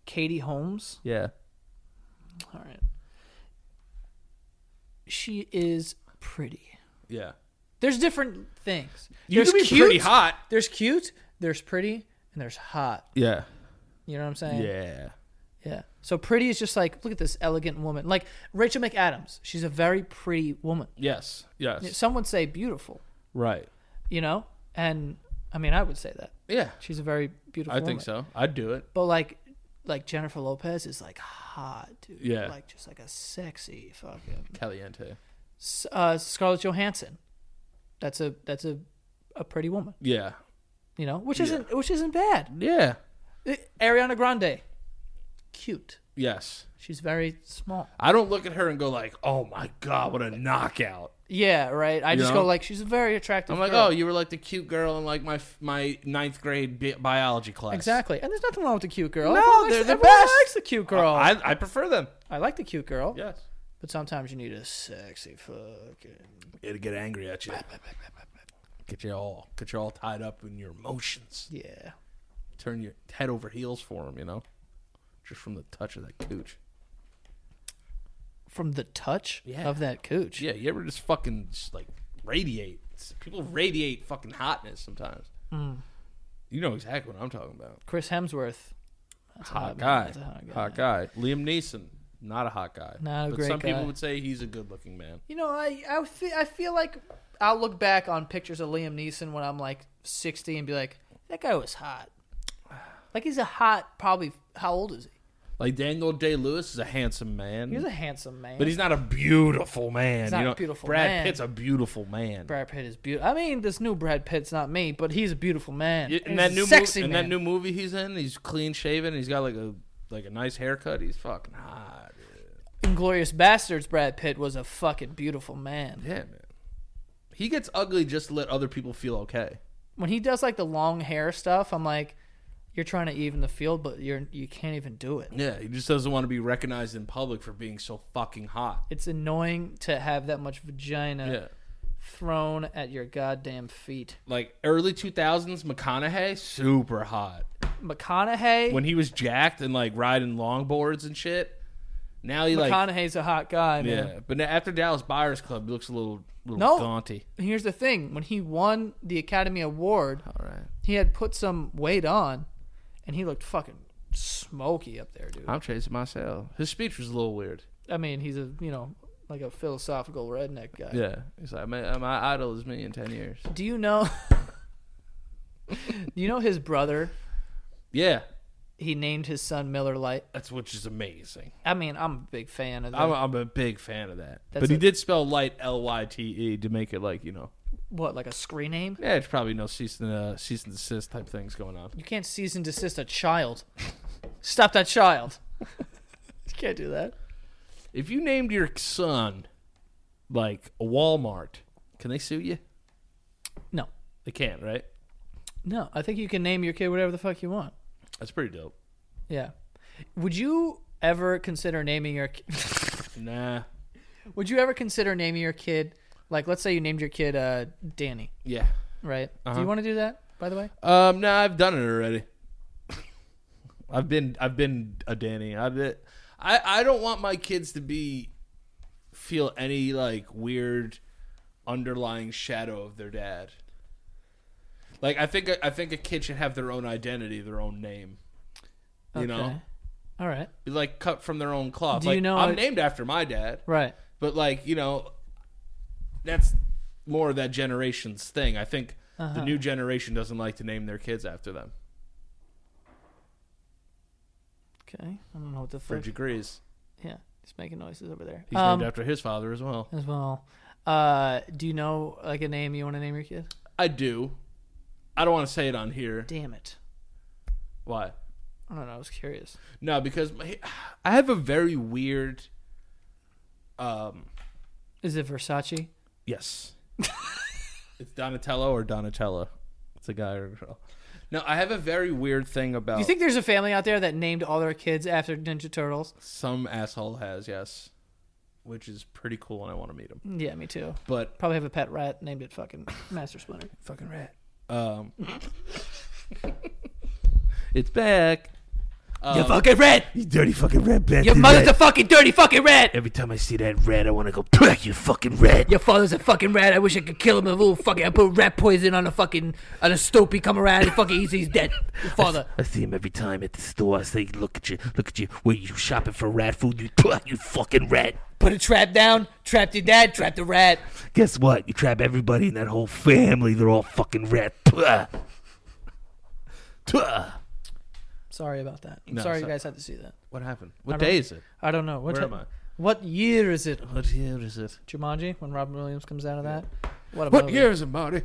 A: Katie Holmes.
B: Yeah.
A: All right. She is pretty.
B: Yeah.
A: There's different things.
B: You
A: there's
B: could be pretty hot.
A: There's cute, there's pretty, and there's hot.
B: Yeah.
A: You know what I'm saying?
B: Yeah.
A: Yeah. So pretty is just like, look at this elegant woman. Like Rachel McAdams, she's a very pretty woman.
B: Yes. Yes.
A: Some would say beautiful,
B: Right.
A: you know? And I mean, I would say that.
B: Yeah.
A: She's a very beautiful
B: I think
A: woman.
B: so. I'd do it.
A: But like, like Jennifer Lopez is like hot, dude.
B: Yeah.
A: Like just like a sexy fucking.
B: Caliente.
A: S- Uh, Scarlett Johansson. That's a, that's a, a pretty woman,
B: Yeah.
A: you know, which isn't, which isn't bad.
B: Yeah.
A: Eh, Ariana Grande, cute.
B: Yes.
A: She's very small.
B: I don't look at her and go like, "Oh my god, what a knockout."
A: Yeah, right. I just
B: know?
A: go like she's a very attractive.
B: I'm like,
A: girl.
B: "Oh, you were like the cute girl in like my f- my ninth grade bi- biology class."
A: exactly. And there's nothing wrong with the cute girl.
B: No,
A: Everyone likes-
B: they're the
A: everyone
B: best. Uh,
A: likes the cute girl. I,
B: I, I prefer them.
A: like the cute girl,
B: Yes.
A: but sometimes you need a sexy fucking.
B: It'll get angry at you. Get you all get you all tied up in your emotions.
A: Yeah,
B: Turn your head over heels for them, you know, just from the touch of that cooch.
A: from the touch
B: Yeah.
A: of that cooch.
B: Yeah, you ever just fucking just like radiate? It's- People radiate fucking hotness sometimes.
A: Mm.
B: You know exactly what I'm talking about.
A: Chris Hemsworth, that's a man.
B: Hot guy,
A: That's a hot guy.
B: Liam Neeson, not a hot guy.
A: Not a
B: but
A: great
B: some
A: guy.
B: people would say he's a good-looking man.
A: You know, I I feel, I feel like I'll look back on pictures of Liam Neeson when I'm like 60 and be like, that guy was hot. Like he's a hot. Probably how old is he?
B: Like Daniel Day Lewis is a handsome man,
A: He's a handsome man.
B: but he's not a beautiful man.
A: He's not
B: you
A: a
B: know,
A: beautiful
B: Brad
A: man.
B: Pitt's a beautiful man.
A: Brad Pitt is beautiful. I mean, this new Brad Pitt's not me, but he's a beautiful man.
B: Y-
A: He's
B: in that
A: a
B: new
A: sexy
B: movie, in
A: man.
B: that new movie he's in, he's clean shaven. He's got like a like a nice haircut. He's fucking hot.
A: Inglorious Bastards, Brad Pitt was a fucking beautiful man.
B: Yeah, man. He gets ugly just to let other people feel okay.
A: When he does like the long hair stuff, I'm like, you're trying to even the field, but you're you can't even do it.
B: Yeah, he just doesn't want to be recognized in public for being so fucking hot.
A: It's annoying to have that much vagina
B: Yeah.
A: thrown at your goddamn feet.
B: Like early 2000s McConaughey, super hot.
A: McConaughey.
B: When he was jacked and like riding longboards and shit. Now he like
A: McConaughey's a hot guy, man.
B: Yeah, but now after Dallas Buyers Club, he looks a little little
A: No.
B: gaunty.
A: Here's the thing: when he won the Academy Award,
B: All right.
A: he had put some weight on, and he looked fucking smoky up there, dude.
B: I'm chasing myself. His speech was a little weird.
A: I mean, he's a you know like a philosophical redneck guy.
B: Yeah, he's like, my, my idol is me in ten years.
A: Do you know? you know his brother?
B: Yeah,
A: He named his son Miller Light.
B: that's which is amazing.
A: I mean, I'm a big fan of that.
B: I'm, I'm a big fan of that.
A: That's
B: but he
A: a-
B: did spell light L Y T E to make it like you know.
A: what like a screen name?
B: Yeah, it's probably no cease and uh, cease and desist type things going on.
A: You can't cease and desist a child. Stop that child. you can't do that.
B: If you named your son like a Walmart, can they sue you?
A: No,
B: They can't, right?
A: no. I think you can name your kid whatever the fuck you want.
B: That's pretty dope.
A: Yeah. Would you ever consider naming your
B: Nah.
A: Would you ever consider naming your kid like let's say you named your kid uh Danny,
B: Yeah.
A: right? Do you want to do that? By the way,
B: Um. Nah, I've done it already. I've been I've been a Danny. I've been, I I don't want my kids to be feel any like weird underlying shadow of their dad. Like I think I think a kid should have their own identity, their own name. You know,
A: Okay. all right,
B: be like cut from their own cloth.
A: Do you
B: like
A: know
B: I'm
A: I-
B: named after my dad,
A: right.
B: but like you know, that's more of that generation's thing. I think
A: Uh-huh.
B: the new generation doesn't like to name their kids after them.
A: Okay, I don't know what the fuck.
B: Bridge agrees.
A: Yeah, he's making noises over there.
B: He's
A: um,
B: named after his father as well.
A: as well. Uh, do you know like a name you want to name your kid?
B: I do. I don't want to say it on here.
A: Damn it,
B: Why?
A: I don't know. I was curious.
B: No, because my, I have a very weird. Um.
A: Is it Versace?
B: Yes. it's Donatello or Donatella. It's a guy or a girl. No, I have a very weird thing about
A: Do you think there's a family out there that named all their kids after Ninja Turtles?
B: some asshole has yes, which is pretty cool, and I want to meet him.
A: Yeah, me too.
B: But
A: Probably have a pet rat named it fucking Master Splinter.
B: fucking rat. Um. it's back.
C: You fucking red.
D: You dirty fucking red bastard.
C: Your
D: red.
C: mother's a fucking dirty fucking rat.
D: Every time I see that red, I want to go, "Tch, you fucking red.
C: Your father's a fucking rat. I wish I could kill him. A little fucking. I put rat poison on a fucking on a stoop. He come around and fucking eats. He's dead. Your father.
D: I see him every time at the store. I say, look at you, look at you. Where you shopping for rat food? You, "Tch, you fucking rat.
C: Put a trap down. Trapped your dad. Trapped the rat.
D: Guess what? You trap everybody in that whole family. They're all fucking rat. Tch. Tch.
A: Sorry about that. I'm
B: No,
A: sorry you
B: sorry.
A: guys had to see that.
B: What happened? What
A: I
B: day
A: don't-
B: is it?
A: I don't know. What
B: Where
A: ti-
B: am I?
A: What year is it?
B: What year is it?
A: Jumanji, when Robin Williams comes out of that. What a
B: What
A: movie.
B: year is it, Marty?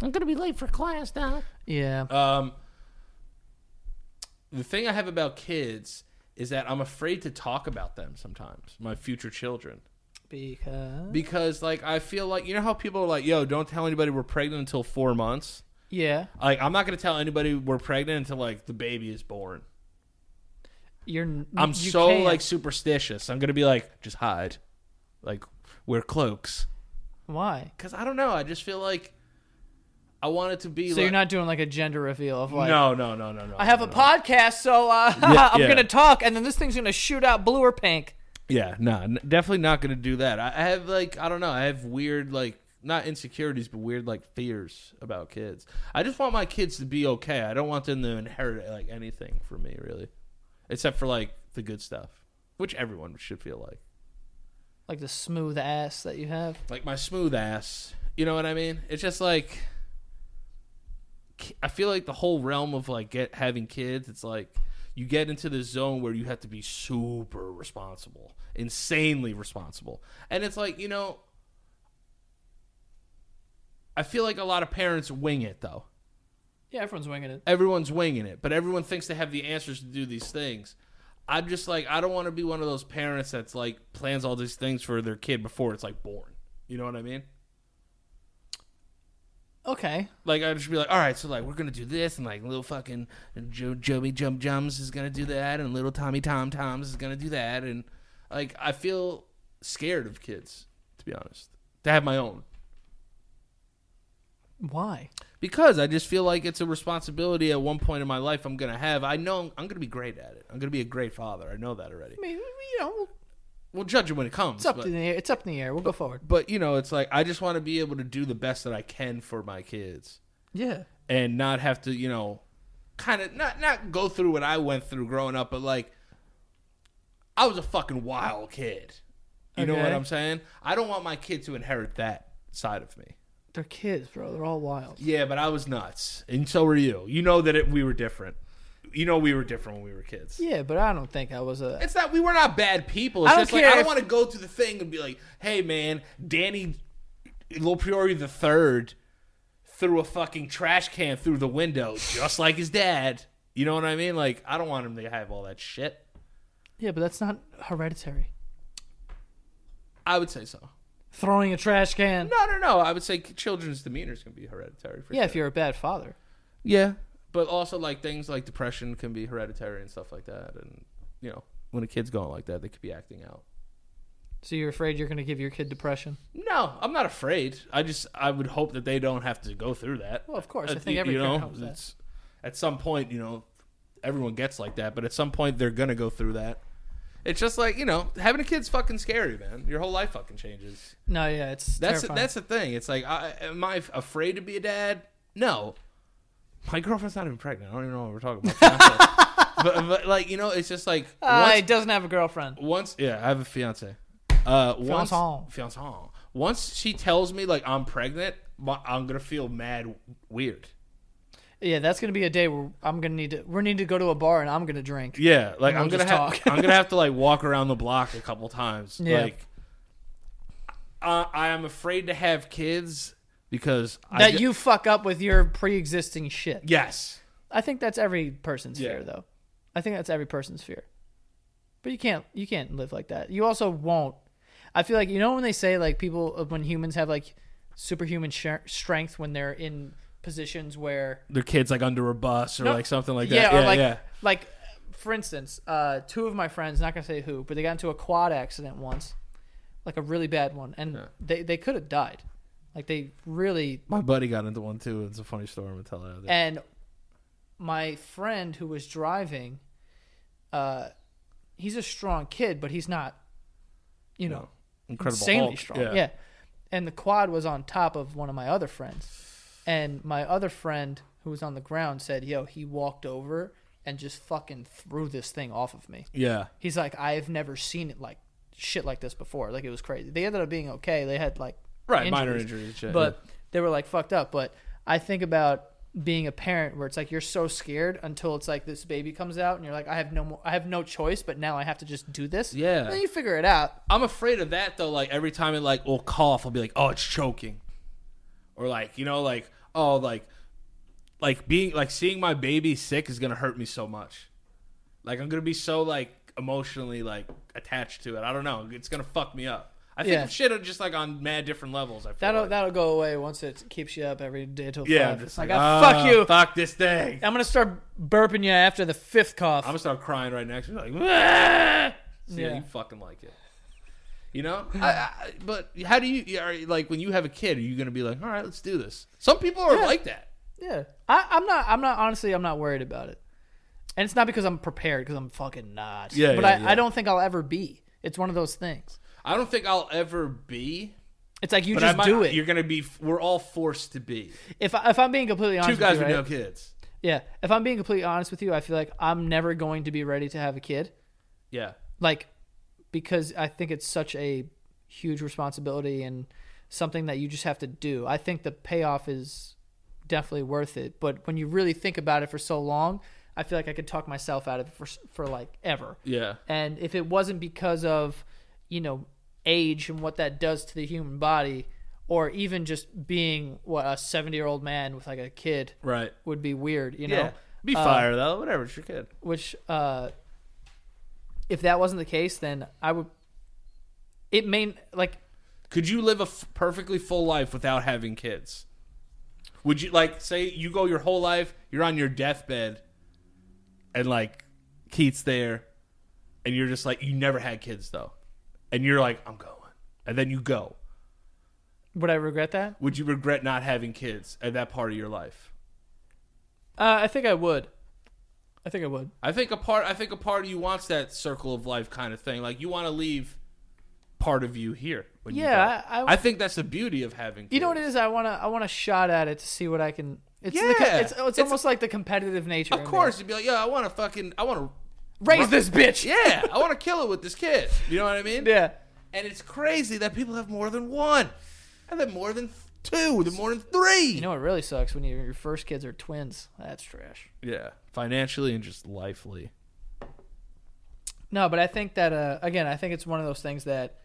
D: I'm gonna be late for class now.
A: Yeah.
B: Um, the thing I have about kids is that I'm afraid to talk about them sometimes, my future children.
A: Because.
B: Because, like, I feel like, you know how people are like, yo, don't tell anybody we're pregnant until four months?
A: Yeah.
B: Like, I'm not going to tell anybody we're pregnant until, like, the baby is born.
A: You're. n-
B: I'm
A: you
B: so,
A: can't.
B: like, superstitious. I'm going to be like, just hide. Like, wear cloaks.
A: Why?
B: Because I don't know. I just feel like I want it to be
A: So
B: like.
A: you're not doing like a gender reveal of like.
B: no, no, no, no, no.
A: I have a podcast, so uh,
B: Yeah,
A: I'm
B: yeah.
A: gonna talk, and then this thing's gonna shoot out blue or pink.
B: Yeah, no, n- definitely not going to do that. I, I have like I don't know. I have weird like not insecurities, but weird like fears about kids. I just want my kids to be okay. I don't want them to inherit like anything from me really, except for like the good stuff, which everyone should feel like.
A: Like the smooth ass that you have.
B: Like my smooth ass, you know what I mean? It's just like ki- I feel like the whole realm of like get having kids. It's like you get into the zone where you have to be super responsible, insanely responsible. And it's like, you know, I feel like a lot of parents wing it though.
A: Yeah, everyone's winging it.
B: Everyone's winging it, but everyone thinks they have the answers to do these things. I'm just like, I don't want to be one of those parents that's like plans all these things for their kid before it's like born. You know what I mean?
A: Okay.
B: Like I'd just be like, all right, so like we're gonna do this, and like little fucking jo- Joey Jump Jums is gonna do that, and little Tommy Tom Toms is gonna do that, and like I feel scared of kids, to be honest, to have my own
A: Why?
B: because I just feel like it's a responsibility at one point in my life I'm gonna have. I know I'm gonna be great at it. I'm gonna be a great father. I know that already.
A: I mean, you know,
B: We'll judge it when it comes.
A: it's up
B: but-
A: in the air. It's up in the air. We'll go forward.
B: but you know, it's like I just want to be able to do the best that I can for my kids.
A: Yeah.
B: and not have to, you know, kind of not not go through what I went through growing up, but like I was a fucking wild kid. You know what
A: Okay.
B: I'm saying? I don't want my kid to inherit that side of me.
A: They're kids, bro. They're all wild.
B: Yeah, but I was nuts, and so were you. You know that it, we were different. You know we were different when we were kids.
A: Yeah, but I don't think I was a.
B: It's not we were not bad people. It's
A: I don't
B: just like
A: care
B: I don't
A: if-
B: want to go through the thing and be like, hey man, Danny Lil Priori the third threw a fucking trash can through the window just like his dad. You know what I mean? Like I don't want him to have all that shit.
A: Yeah, but that's not hereditary.
B: I would say so.
A: Throwing a trash can.
B: No, no, no. I would say children's demeanors can be hereditary. For
A: yeah,
B: sure.
A: if you're a bad father.
B: yeah, but also like things like depression can be hereditary and stuff like that. And you know, when a kid's going like that, they could be acting out.
A: So you're afraid you're going to give your kid depression?
B: No, I'm not afraid. I just I would hope that they don't have to go through that.
A: Well, of course.
B: Uh,
A: I think every parent hopes that.
B: it's- at some point, you know, everyone gets like that, but at some point they're gonna go through that. It's just like you know, having a kid's fucking scary, man. Your whole life fucking changes.
A: No, yeah, it's
B: That's
A: terrifying.
B: that's the thing. It's like, I, am I afraid to be a dad? No. My girlfriend's not even pregnant. I don't even know what we're talking about. but, but like you know, it's just like
A: Uh,
B: once-
A: he doesn't have a girlfriend.
B: once yeah, I have a fiance. Uh, once,
A: Fiancée.
B: fiancée. Once she tells me like I'm pregnant, my- I'm gonna feel mad weird.
A: Yeah, that's gonna be a day where I'm gonna need to. We're need to go to a bar and I'm gonna drink.
B: Yeah, like I'm
A: we'll
B: gonna
A: just talk.
B: have, I'm gonna have to like walk around the block a couple times.
A: Yeah.
B: Like, I, I am afraid to have kids because I
A: that
B: ju-
A: you fuck up with your pre-existing shit.
B: yes
A: I think that's every person's
B: Yeah.
A: fear, though. I think that's every person's fear. But you can't you can't live like that. You also won't. I feel like you know when they say like people uh, when humans have like superhuman sh- strength when they're in positions where
B: their kids like under a bus or like something like that.
A: yeah,
B: Yeah,
A: or like
B: yeah.
A: like for instance, uh, two of my friends, not gonna say who, but they got into a quad accident once, like a really bad one, and they they could have died, like they really.
B: My buddy got into one too. It's a funny story. I'm gonna tell it.
A: And my friend who was driving, uh, he's a strong kid, but he's not, you know,
B: Incredible
A: insanely
B: Hulk.
A: strong. Yeah. And the quad was on top of one of my other friends. And my other friend who was on the ground said, Yo, he walked over and just fucking threw this thing off of me.
B: yeah.
A: He's like, I've never seen it like shit like this before. Like it was crazy. They ended up being okay. They had like
B: Right, minor injuries and shit,
A: but they were like fucked up. But I think about being a parent where it's like you're so scared until it's like this baby comes out and you're like, I have no more, I have no choice, but now I have to just do this.
B: Yeah.
A: And then you figure it out.
B: I'm afraid of that though. Like every time it like will cough, I'll be like, oh, it's choking, or like you know, like oh, like like being like seeing my baby sick is gonna hurt me so much. Like I'm gonna be so like emotionally like attached to it. I don't know. It's gonna fuck me up. I think
A: Yeah.
B: shit are just like on mad different levels. I feel
A: That'll
B: like.
A: that'll go away once it keeps you up every day till
B: yeah. I'm
A: five.
B: just
A: It's
B: like,
A: like, "Ah,
B: "Ah,
A: fuck you.
B: fuck this thing. I'm
A: I'm gonna start burping you after the fifth cough.
B: gonna start crying right next to you, like, "Ah!" So, yeah.
A: Yeah.
B: you fucking like it. You know, I, I, but how do you are you- like when you have a kid? Are you going to be like, all right, let's do this? Some people are like that.
A: yeah. I, I'm not. I'm not. Honestly, I'm not worried about it. And it's not because I'm prepared, because I'm fucking not.
B: Yeah,
A: But
B: yeah,
A: I,
B: yeah.
A: I don't think I'll ever be. It's one of those things.
B: I don't think I'll ever be.
A: It's like you
B: But
A: just
B: I might,
A: do it.
B: You're going to be. We're all forced to be
A: if I, if I'm being completely
B: two
A: honest,
B: guys
A: with
B: with
A: you,
B: no
A: right?
B: kids.
A: yeah. If I'm being completely honest with you, I feel like I'm never going to be ready to have a kid,
B: Yeah,
A: like because I think it's such a huge responsibility and something that you just have to do. I think the payoff is definitely worth it, but when you really think about it for so long, I I feel like I could talk myself out of it for s- for like ever.
B: Yeah.
A: And if it wasn't because of, you know, age and what that does to the human body, or even just being what a seventy year old man with like a kid
B: Right.
A: would be weird, you know.
B: Yeah. Be
A: Uh,
B: fire though. Whatever. It's your kid.
A: Which, uh, if that wasn't the case, then I would. It may like
B: Could you live a f- perfectly full life without having kids? Would you like say you go your whole life, you're on your deathbed, and like Keith's there, and you're just like you never had kids though, and you're like I'm going, and then you go.
A: would I regret that?
B: Would you regret not having kids at that part of your life?
A: Uh, I think I would. I think I would.
B: I think a part. I think a part of you wants that circle of life kind of thing. Like you want to leave part of you here. When
A: Yeah,
B: you
A: I-
B: go.
A: I-
B: I think that's the beauty of having. Kids.
A: You know what it is? I wanna I want a shot at it to see what I can. It's the,
B: Yeah.
A: it's, it's
B: It's-
A: almost like the competitive nature. in
B: Of
A: me.
B: course, you'd be like, yeah, I want to fucking, I want to
A: raise this bitch.
B: Yeah, I want to kill it with this kid. You know what I mean?
A: yeah.
B: And it's crazy that people have more than one, and then more than two, then more than three.
A: You know what really sucks when your your first kids are twins. That's trash.
B: yeah, financially and just lifely.
A: No, but I think that uh, again, I think it's one of those things that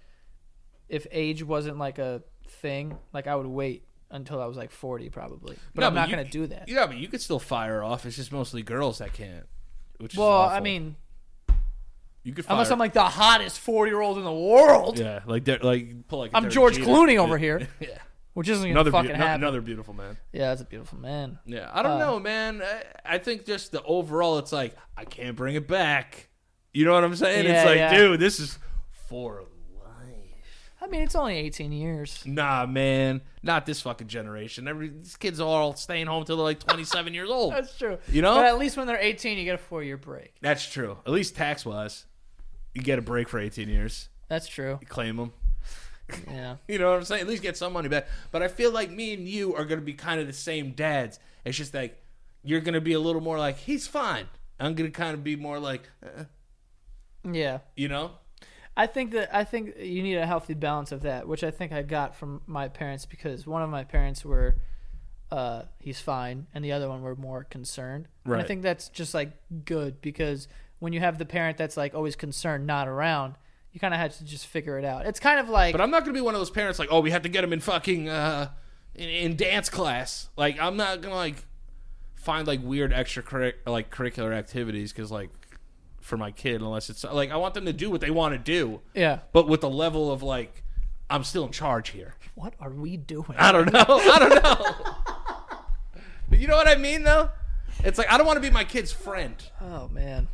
A: if age wasn't like a thing, like I would wait until I was like forty probably. But I'm not gonna do that.
B: Yeah, but you could still fire off. It's just mostly girls that can't. Which
A: well,
B: is awful.
A: I mean,
B: you could fire.
A: unless I'm like the hottest forty year old in the world,
B: yeah, like they're- like pull like. a
A: I'm
B: Derek
A: George
B: Jeter.
A: Clooney over here,
B: yeah,
A: which isn't gonna
B: another beau-
A: fucking
B: no-
A: happen.
B: another beautiful man.
A: Yeah, that's a beautiful man.
B: Yeah, Uh. I don't know, man. I, I think just the overall, it's like I can't bring it back. You know what I'm saying?
A: Yeah,
B: it's like,
A: yeah.
B: dude, this is for life.
A: I mean, it's only eighteen years.
B: Nah, man, not this fucking generation. Every these kids are all staying home till they're like 27 years old.
A: That's true.
B: You know?
A: but at least when they're 18, you get a four year break.
B: That's true. At least tax wise, you get a break for 18 years.
A: That's true.
B: You claim them.
A: Yeah.
B: You know what I'm saying? At least get some money back. But I feel like me and you are gonna be kind of the same dads. It's just like you're gonna be a little more like he's fine. I'm gonna kind of be more like uh,
A: Yeah.
B: you know.
A: I think that I think you need a healthy balance of that, which I think I got from my parents because one of my parents were, uh, he's fine, and the other one were more concerned. And I
B: Right.
A: think that's just like good because when you have the parent that's like always concerned, not around, you kind of have to just figure it out. It's kind of like
B: But I'm not gonna be one of those parents like, oh, we have to get him in fucking uh, in, in dance class. Like, I'm not gonna like find like weird extracurricular like curricular activities because like for my kid, unless it's like I want them to do what they want to do,
A: yeah.
B: but with the level of like, I'm still in charge here.
A: What are we doing?
B: I don't know. I don't know. but you know what I mean, though. It's like I don't want to be my kid's friend.
A: Oh man.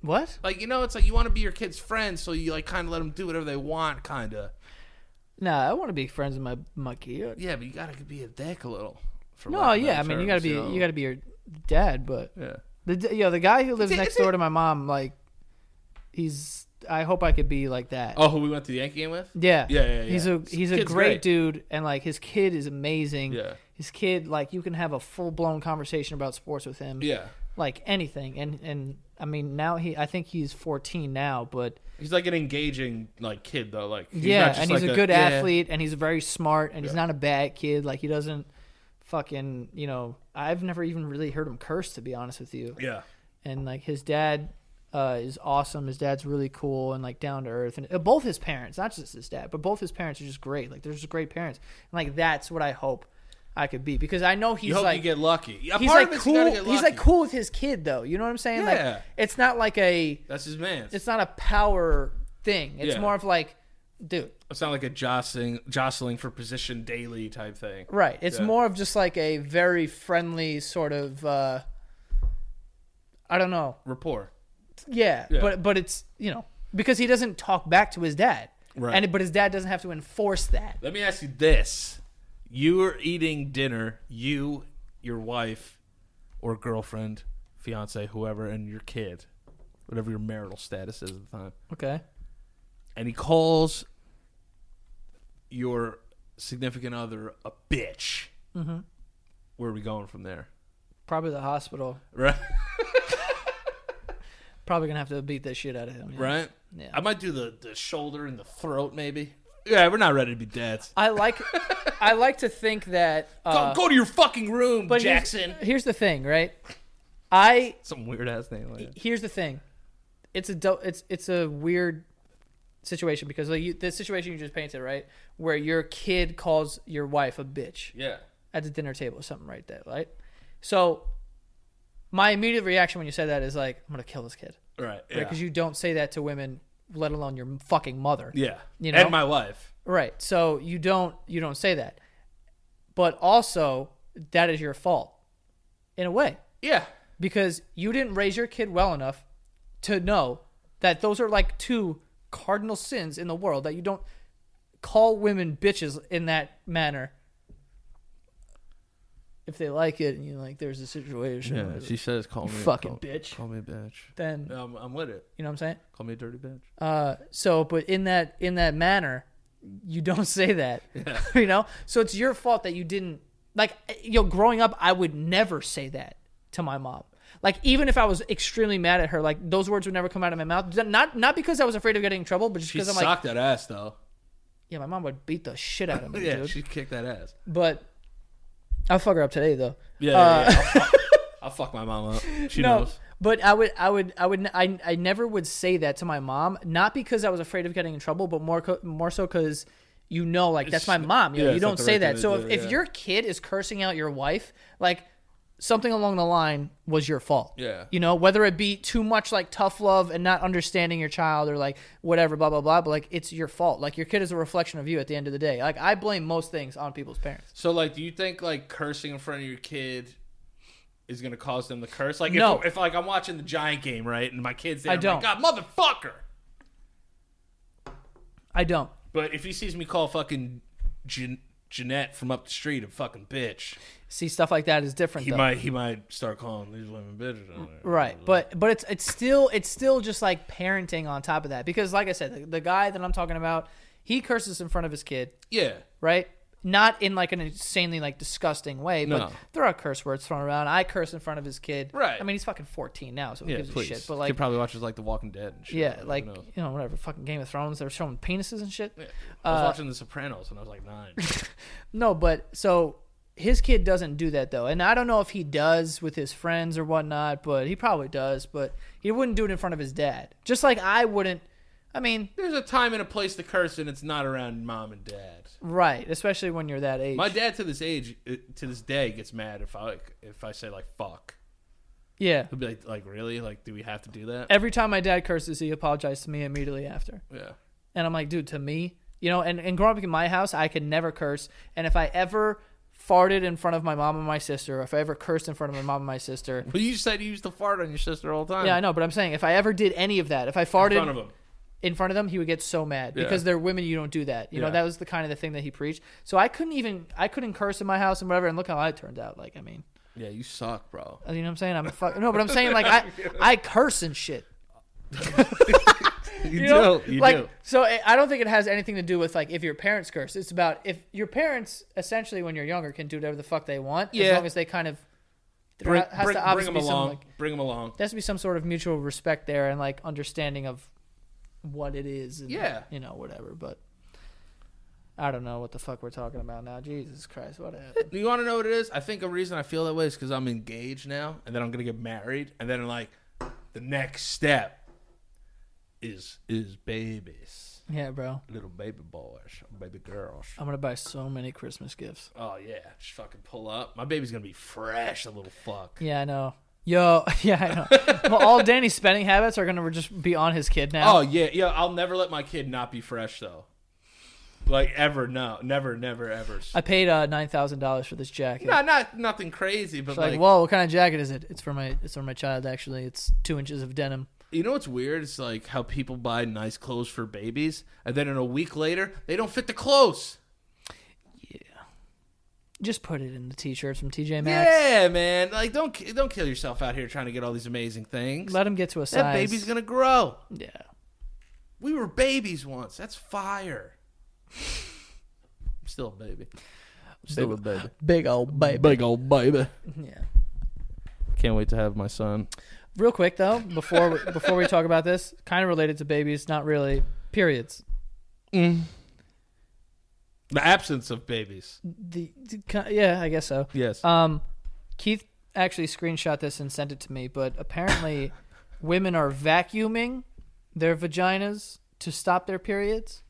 A: What?
B: Like you know, it's like you want to be your kid's friend, so you like kind of let them do whatever they want, kind of.
A: Nah, I want to be friends with my my kid.
B: Yeah, but you gotta be a dick a little. For
A: No,
B: lack of
A: yeah, I
B: better
A: mean you
B: terms,
A: gotta be
B: know?
A: you gotta be your dad, but
B: Yeah.
A: the d- yo the guy who lives
B: it-
A: next
B: is
A: door
B: it-
A: to my mom, like he's I hope I could be like that.
B: Oh, who we went to the Yankee game with?
A: Yeah.
B: Yeah, yeah, yeah.
A: He's a
B: This
A: he's a great,
B: kid's great.
A: dude, and like his kid is amazing.
B: Yeah.
A: His kid, like you can have a full blown conversation about sports with him.
B: Yeah.
A: Like anything, and and I mean now he I think he's 14 now, but
B: He's like an engaging like kid though. Like he's
A: yeah,
B: not just
A: and he's
B: like
A: a good
B: yeah.
A: athlete, and he's very smart, and he's
B: Yeah.
A: not a bad kid. Like he doesn't fucking you know I've never even really heard him curse to be honest with you.
B: Yeah.
A: and like his dad uh, is awesome. His dad's really cool and like down to earth, and uh, both his parents, not just his dad, but both his parents are just great. Like they're just great parents, and like that's what I hope I could be because I know he's
B: You hope
A: like
B: you get lucky. Yeah,
A: he's
B: part of
A: like
B: it's you gotta
A: cool.
B: get
A: He's
B: lucky.
A: like cool with his kid though. You know what I'm saying?
B: Yeah.
A: Like it's not like a
B: That's his man.
A: it's not a power thing. It's
B: Yeah.
A: more of like, dude,
B: It's not like a jostling, jostling for position daily type thing.
A: Right. It's
B: Yeah.
A: more of just like a very friendly sort of uh I don't know.
B: Rapport.
A: Yeah,
B: Yeah.
A: But but it's you know because he doesn't talk back to his dad.
B: Right.
A: And but his dad doesn't have to enforce that.
B: Let me ask you this: You were eating dinner, you, your wife, or girlfriend, fiance, whoever, and your kid, whatever your marital status is at the time.
A: Okay.
B: and he calls your significant other a bitch. Mm-hmm. Where are we going from there?
A: Probably the hospital.
B: Right,
A: Probably gonna have to beat the shit out of him. yeah.
B: right.
A: Yeah.
B: I might do the the shoulder and the throat, maybe. Yeah, we're not ready to be dads.
A: I like I like to think that uh,
B: go, go to your fucking room,
A: here's-
B: Jackson.
A: Here's, the thing, right? I
B: Some weird ass name. Like that.
A: here's the thing it's a do- it's it's a weird situation because like you, the situation you just painted right where your kid calls your wife a bitch
B: Yeah.
A: at the dinner table or something right there right so my immediate reaction when you said that is like i'm gonna kill this kid
B: Right. Yeah.
A: because you don't say that to women let alone your fucking mother
B: yeah.
A: You know?
B: And my wife.
A: Right. So you don't you don't say that. But also that is your fault in a way
B: Yeah.
A: because you didn't raise your kid well enough to know that those are like two cardinal sins in the world that you don't call women bitches in that manner. If they like it and you like there's a situation whatever,
B: says, "Call me
A: fucking bitch.
B: me a bitch."
A: then
B: Um, I'm with it.
A: you know what I'm saying?
B: Call me a dirty bitch.
A: Uh, so, but in that in that manner, you don't say that. you know, so it's your fault that you didn't like. eh, You know, growing up, I would never say that to my mom. Like even if I was extremely mad at her, like those words would never come out of my mouth. Not not because I was afraid of getting in trouble, but just
B: She
A: because I'm
B: socked
A: like,
B: that ass though.
A: yeah, my mom would beat the shit out of me,
B: Yeah,
A: dude.
B: she kicked that ass.
A: But I'll fuck her up today, though.
B: Yeah, yeah, yeah. I'll, fuck, I'll fuck my mom up. She
A: no,
B: knows.
A: but I would, I would, I would, n- I, I never would say that to my mom, not because I was afraid of getting in trouble, but more, co- more so because you know, like that's my mom. You, know,
B: yeah,
A: you
B: it's not
A: don't
B: the
A: say
B: right thing
A: that.
B: to
A: So
B: do,
A: if, if
B: yeah.
A: your kid is cursing out your wife, like something along the line was your fault.
B: Yeah.
A: You know, whether it be too much like tough love and not understanding your child or like whatever, blah blah blah. But like it's your fault. Like your kid is a reflection of you at the end of the day. Like I blame most things on people's parents.
B: So, like, do you think like cursing in front of your kid is gonna cause them to curse? Like,
A: No.
B: if, if like I'm watching the Giant game, right, and my kid's there,
A: I
B: I don't.
A: don't.
B: God, motherfucker!
A: I don't.
B: But if he sees me call fucking Jean- Jeanette from up the street a fucking bitch,
A: See stuff like that is different.
B: he
A: though.
B: might he might start calling these women bitches. on there.
A: Right, but but it's it's still it's still just like parenting on top of that because like I said, the, the guy that I'm talking about, he curses in front of his kid,
B: Yeah.
A: right? Not in like an insanely like disgusting way, but
B: No.
A: there are curse words thrown around. I curse in front of his kid.
B: Right.
A: I mean, he's fucking 14 now, so who
B: Yeah,
A: gives
B: please.
A: a shit? But
B: he
A: like,
B: probably watches like The Walking Dead and shit.
A: yeah,
B: Who
A: like
B: knows?
A: you know whatever. Fucking Game of Thrones, they're showing penises and
B: uh,
A: shit.
B: I was watching The Sopranos when I was like nine.
A: No, but so his kid doesn't do that though, and I don't know if he does with his friends or whatnot, but he probably does. But he wouldn't do it in front of his dad, just like I wouldn't. I mean,
B: There's a time and a place to curse, and it's not around mom and dad.
A: right, especially when you're that age.
B: My dad to this age, uh, to this day, gets mad if I like, if I say like "fuck."
A: yeah.
B: He'll be like, "Like really? Like do we have to do that?"
A: Every time my dad curses, he apologized to me immediately after,
B: Yeah.
A: and I'm like, dude, to me, you know. And and growing up in my house, I could never curse, and if I ever farted in front of my mom and my sister, or if I ever cursed in front of my mom and my sister,
B: Well, you said you used to fart on your sister all the time.
A: yeah, I know. But I'm saying if I ever did any of that, if I farted
B: In front of him.
A: in front of them, he would get so mad because
B: Yeah.
A: they're women. You don't do that. You know,
B: Yeah.
A: that was the kind of the thing that he preached. So I couldn't even, I couldn't curse in my house and whatever. And look how I turned out. Like, I mean,
B: Yeah, you suck, bro.
A: you know what I'm saying? I'm a fuck. No, but I'm saying like I, I curse and shit.
B: You,
A: know?
B: do. You
A: like,
B: do.
A: So eh, I I don't think it has anything to do with like if your parents curse. It's about if your parents essentially when you're younger can do whatever the fuck they want as
B: Yeah.
A: long as they kind of there
B: Bring,
A: has
B: bring,
A: to
B: bring
A: obviously
B: him
A: be some,
B: along.
A: like-
B: bring him along.
A: there has to be some sort of mutual respect there and like understanding of what it is and
B: Yeah.
A: you know whatever but i don't know what the fuck we're talking about now jesus christ what happened
B: You want to know what it is? I think a reason I feel that way is because I'm engaged now, and then I'm gonna get married, and then like the next step is is babies,
A: yeah bro
B: little baby boys, baby girls.
A: i'm gonna buy so many christmas gifts
B: Oh yeah, just fucking pull up. My baby's gonna be fresh, a little fuck.
A: yeah i know yo yeah i know well all danny's spending habits are gonna just be on his kid now
B: Oh yeah, yeah. I'll never let my kid not be fresh though. Like ever, no, never, never, ever.
A: i paid uh nine thousand dollars for this jacket
B: no, not nothing crazy, but
A: It's like,
B: like,
A: whoa what kind of jacket is it it's for my it's for my child actually it's two inches of denim
B: you know what's weird? It's like how people buy nice clothes for babies, and then in a week later, they don't fit the clothes.
A: just put it in the t-shirts from tj maxx
B: Yeah, man. Like, don't ki- don't kill yourself out here trying to get all these amazing things.
A: let him get to a size
B: that baby's gonna grow.
A: yeah
B: We were babies once. That's fire. I'm still a baby. I'm still a baby.
A: big old baby
B: Big old baby.
A: yeah
B: Can't wait to have my son.
A: Real quick though, before before we talk about this, kind of related to babies, not really. Periods.
B: The absence of babies.
A: The, the ki- yeah, I guess so.
B: Yes.
A: Um, Keith actually screenshot this and sent it to me, but apparently women are vacuuming their vaginas to stop their periods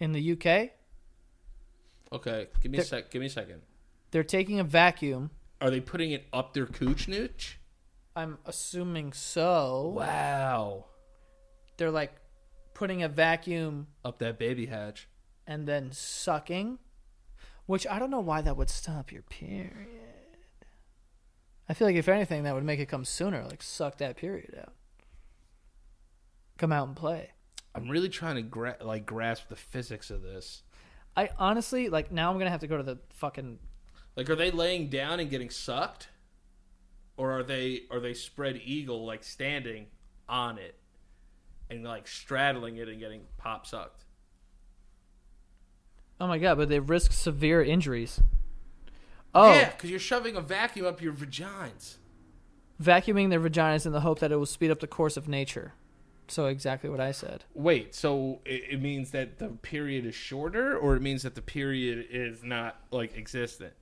A: in the UK.
B: Okay, give me a sec. Give me a second.
A: They're taking a vacuum.
B: Are they putting it up their cooch nooch?
A: I'm assuming so.
B: Wow,
A: They're like putting a vacuum
B: up that baby hatch.
A: and then sucking, which I don't know why that would stop your period. I feel like if anything, that would make it come sooner. Like suck that period out. Come out and play.
B: I'm really trying to gra- like grasp the physics of this.
A: I honestly like now. I'm gonna have to go to the fucking.
B: Like, are they laying down and getting sucked, or are they are they spread eagle like standing on it and like straddling it and getting pop sucked?
A: Oh my god! But they risk severe injuries. Oh,
B: Yeah, because you're shoving a vacuum up your vagines.
A: vacuuming their vaginas in the hope that it will speed up the course of nature. So exactly what I said.
B: Wait, so it, it means that the period is shorter, or it means that the period is not like existent?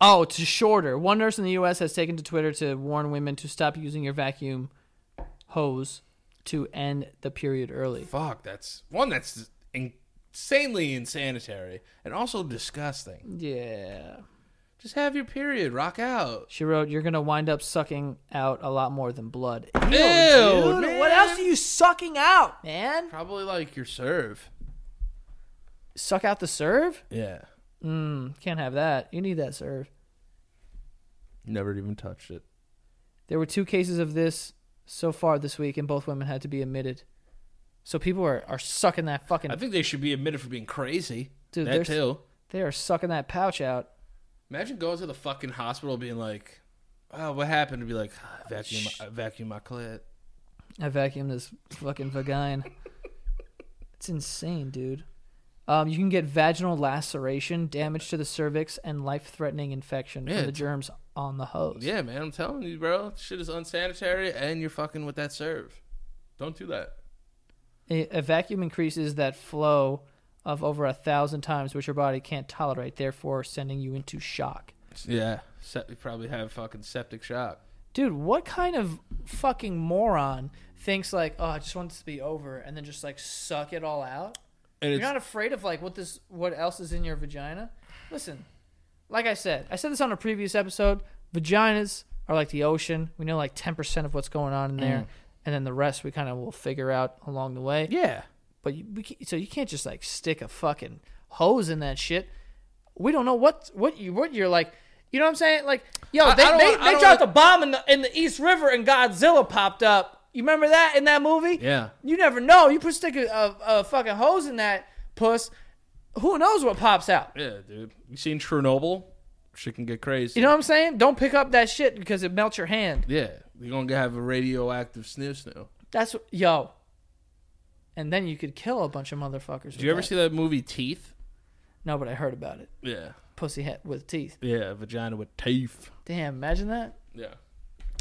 A: Oh, to shorter. One nurse in the U.S. has taken to Twitter to warn women to stop using your vacuum hose to end the period early.
B: Fuck, that's one that's insanely insanitary and also disgusting.
A: Yeah.
B: Just have your period, rock out.
A: She wrote, You're going to wind up sucking out a lot more than blood. Ew,
B: Ew,
A: dude,
B: man.
A: What else are you sucking out, man?
B: Probably like your serve.
A: Suck out the serve? Hmm,
B: Yeah.
A: Can't have that. You need that serve.
B: Never even touched it.
A: There were two cases of this so far this week, and both women had to be admitted. So people are, are sucking that fucking.
B: I think they should be admitted for being crazy.
A: Dude,
B: that
A: there's-
B: too.
A: they are sucking that pouch out.
B: Imagine going to the fucking hospital being like, oh, what happened? To be like, "Ah, vacuum, I vacuum my clit.
A: I vacuumed this fucking vagina. it's insane, dude. Um, you can get vaginal laceration, damage to the cervix, and life-threatening infection
B: Yeah,
A: from the
B: it's-
A: germs on the hose.
B: Yeah, man, I'm telling you, bro. Shit is unsanitary and you're fucking with that serve. Don't do that.
A: A, a vacuum increases that flow of over a thousand times, which your body can't tolerate, therefore sending you into shock.
B: Yeah. Se- you probably have fucking septic shock.
A: Dude, what kind of fucking moron thinks like, oh, I just want this to be over, and then just like suck it all out?
B: And
A: You're not afraid of like what this what else is in your vagina? Listen, like I said, I said this on a previous episode. Vaginas are like the ocean. We know like ten percent of what's going on in there, and then the rest we kind of will figure out along the way.
B: yeah.
A: But you, we can't, so you can't just like stick a fucking hose in that shit. We don't know what what you what you're like. You know what I'm saying? Like, yo,
B: I-
A: they,
B: I don't
A: they,
B: wanna- I
A: they
B: don't
A: dropped
B: wanna-
A: a bomb in the in the East River and Godzilla popped up. You remember that in that movie?
B: Yeah.
A: You never know. You put stick a, a, a fucking hose in that puss. Who knows what pops out?
B: Yeah, dude. You seen Chernobyl? Shit can get crazy.
A: You know what I'm saying? Don't pick up that shit because it melts your hand.
B: Yeah. You're going to have a radioactive snoo snoo.
A: That's what- yo. And then you could kill a bunch of motherfuckers.
B: Did you ever see that movie Teeth?
A: No, but I heard about it.
B: Yeah.
A: Pussy hat with teeth.
B: Yeah, vagina with teeth.
A: Damn, imagine that.
B: Yeah.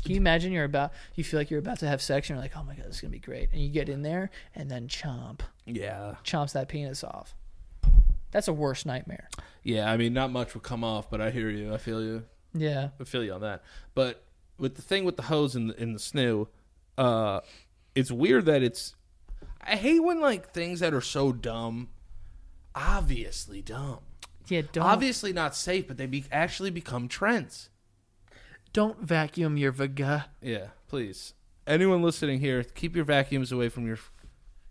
A: Can you imagine you're about you feel like you're about to have sex and you're like, oh my god, this is gonna be great. And you get in there and then chomp.
B: Yeah.
A: Chomps that penis off. That's a worse nightmare.
B: Yeah, I mean, not much will come off, but I hear you. I feel you.
A: Yeah.
B: I feel you on that. But with the thing with the hose in the, in the snoo, uh, it's weird that it's. I hate when like things that are so dumb, obviously dumb,
A: Yeah,
B: Oh.
A: don't
B: obviously not safe, but they be, actually become trends.
A: don't vacuum your vaga.
B: Yeah, please. Anyone listening here, keep your vacuums away from your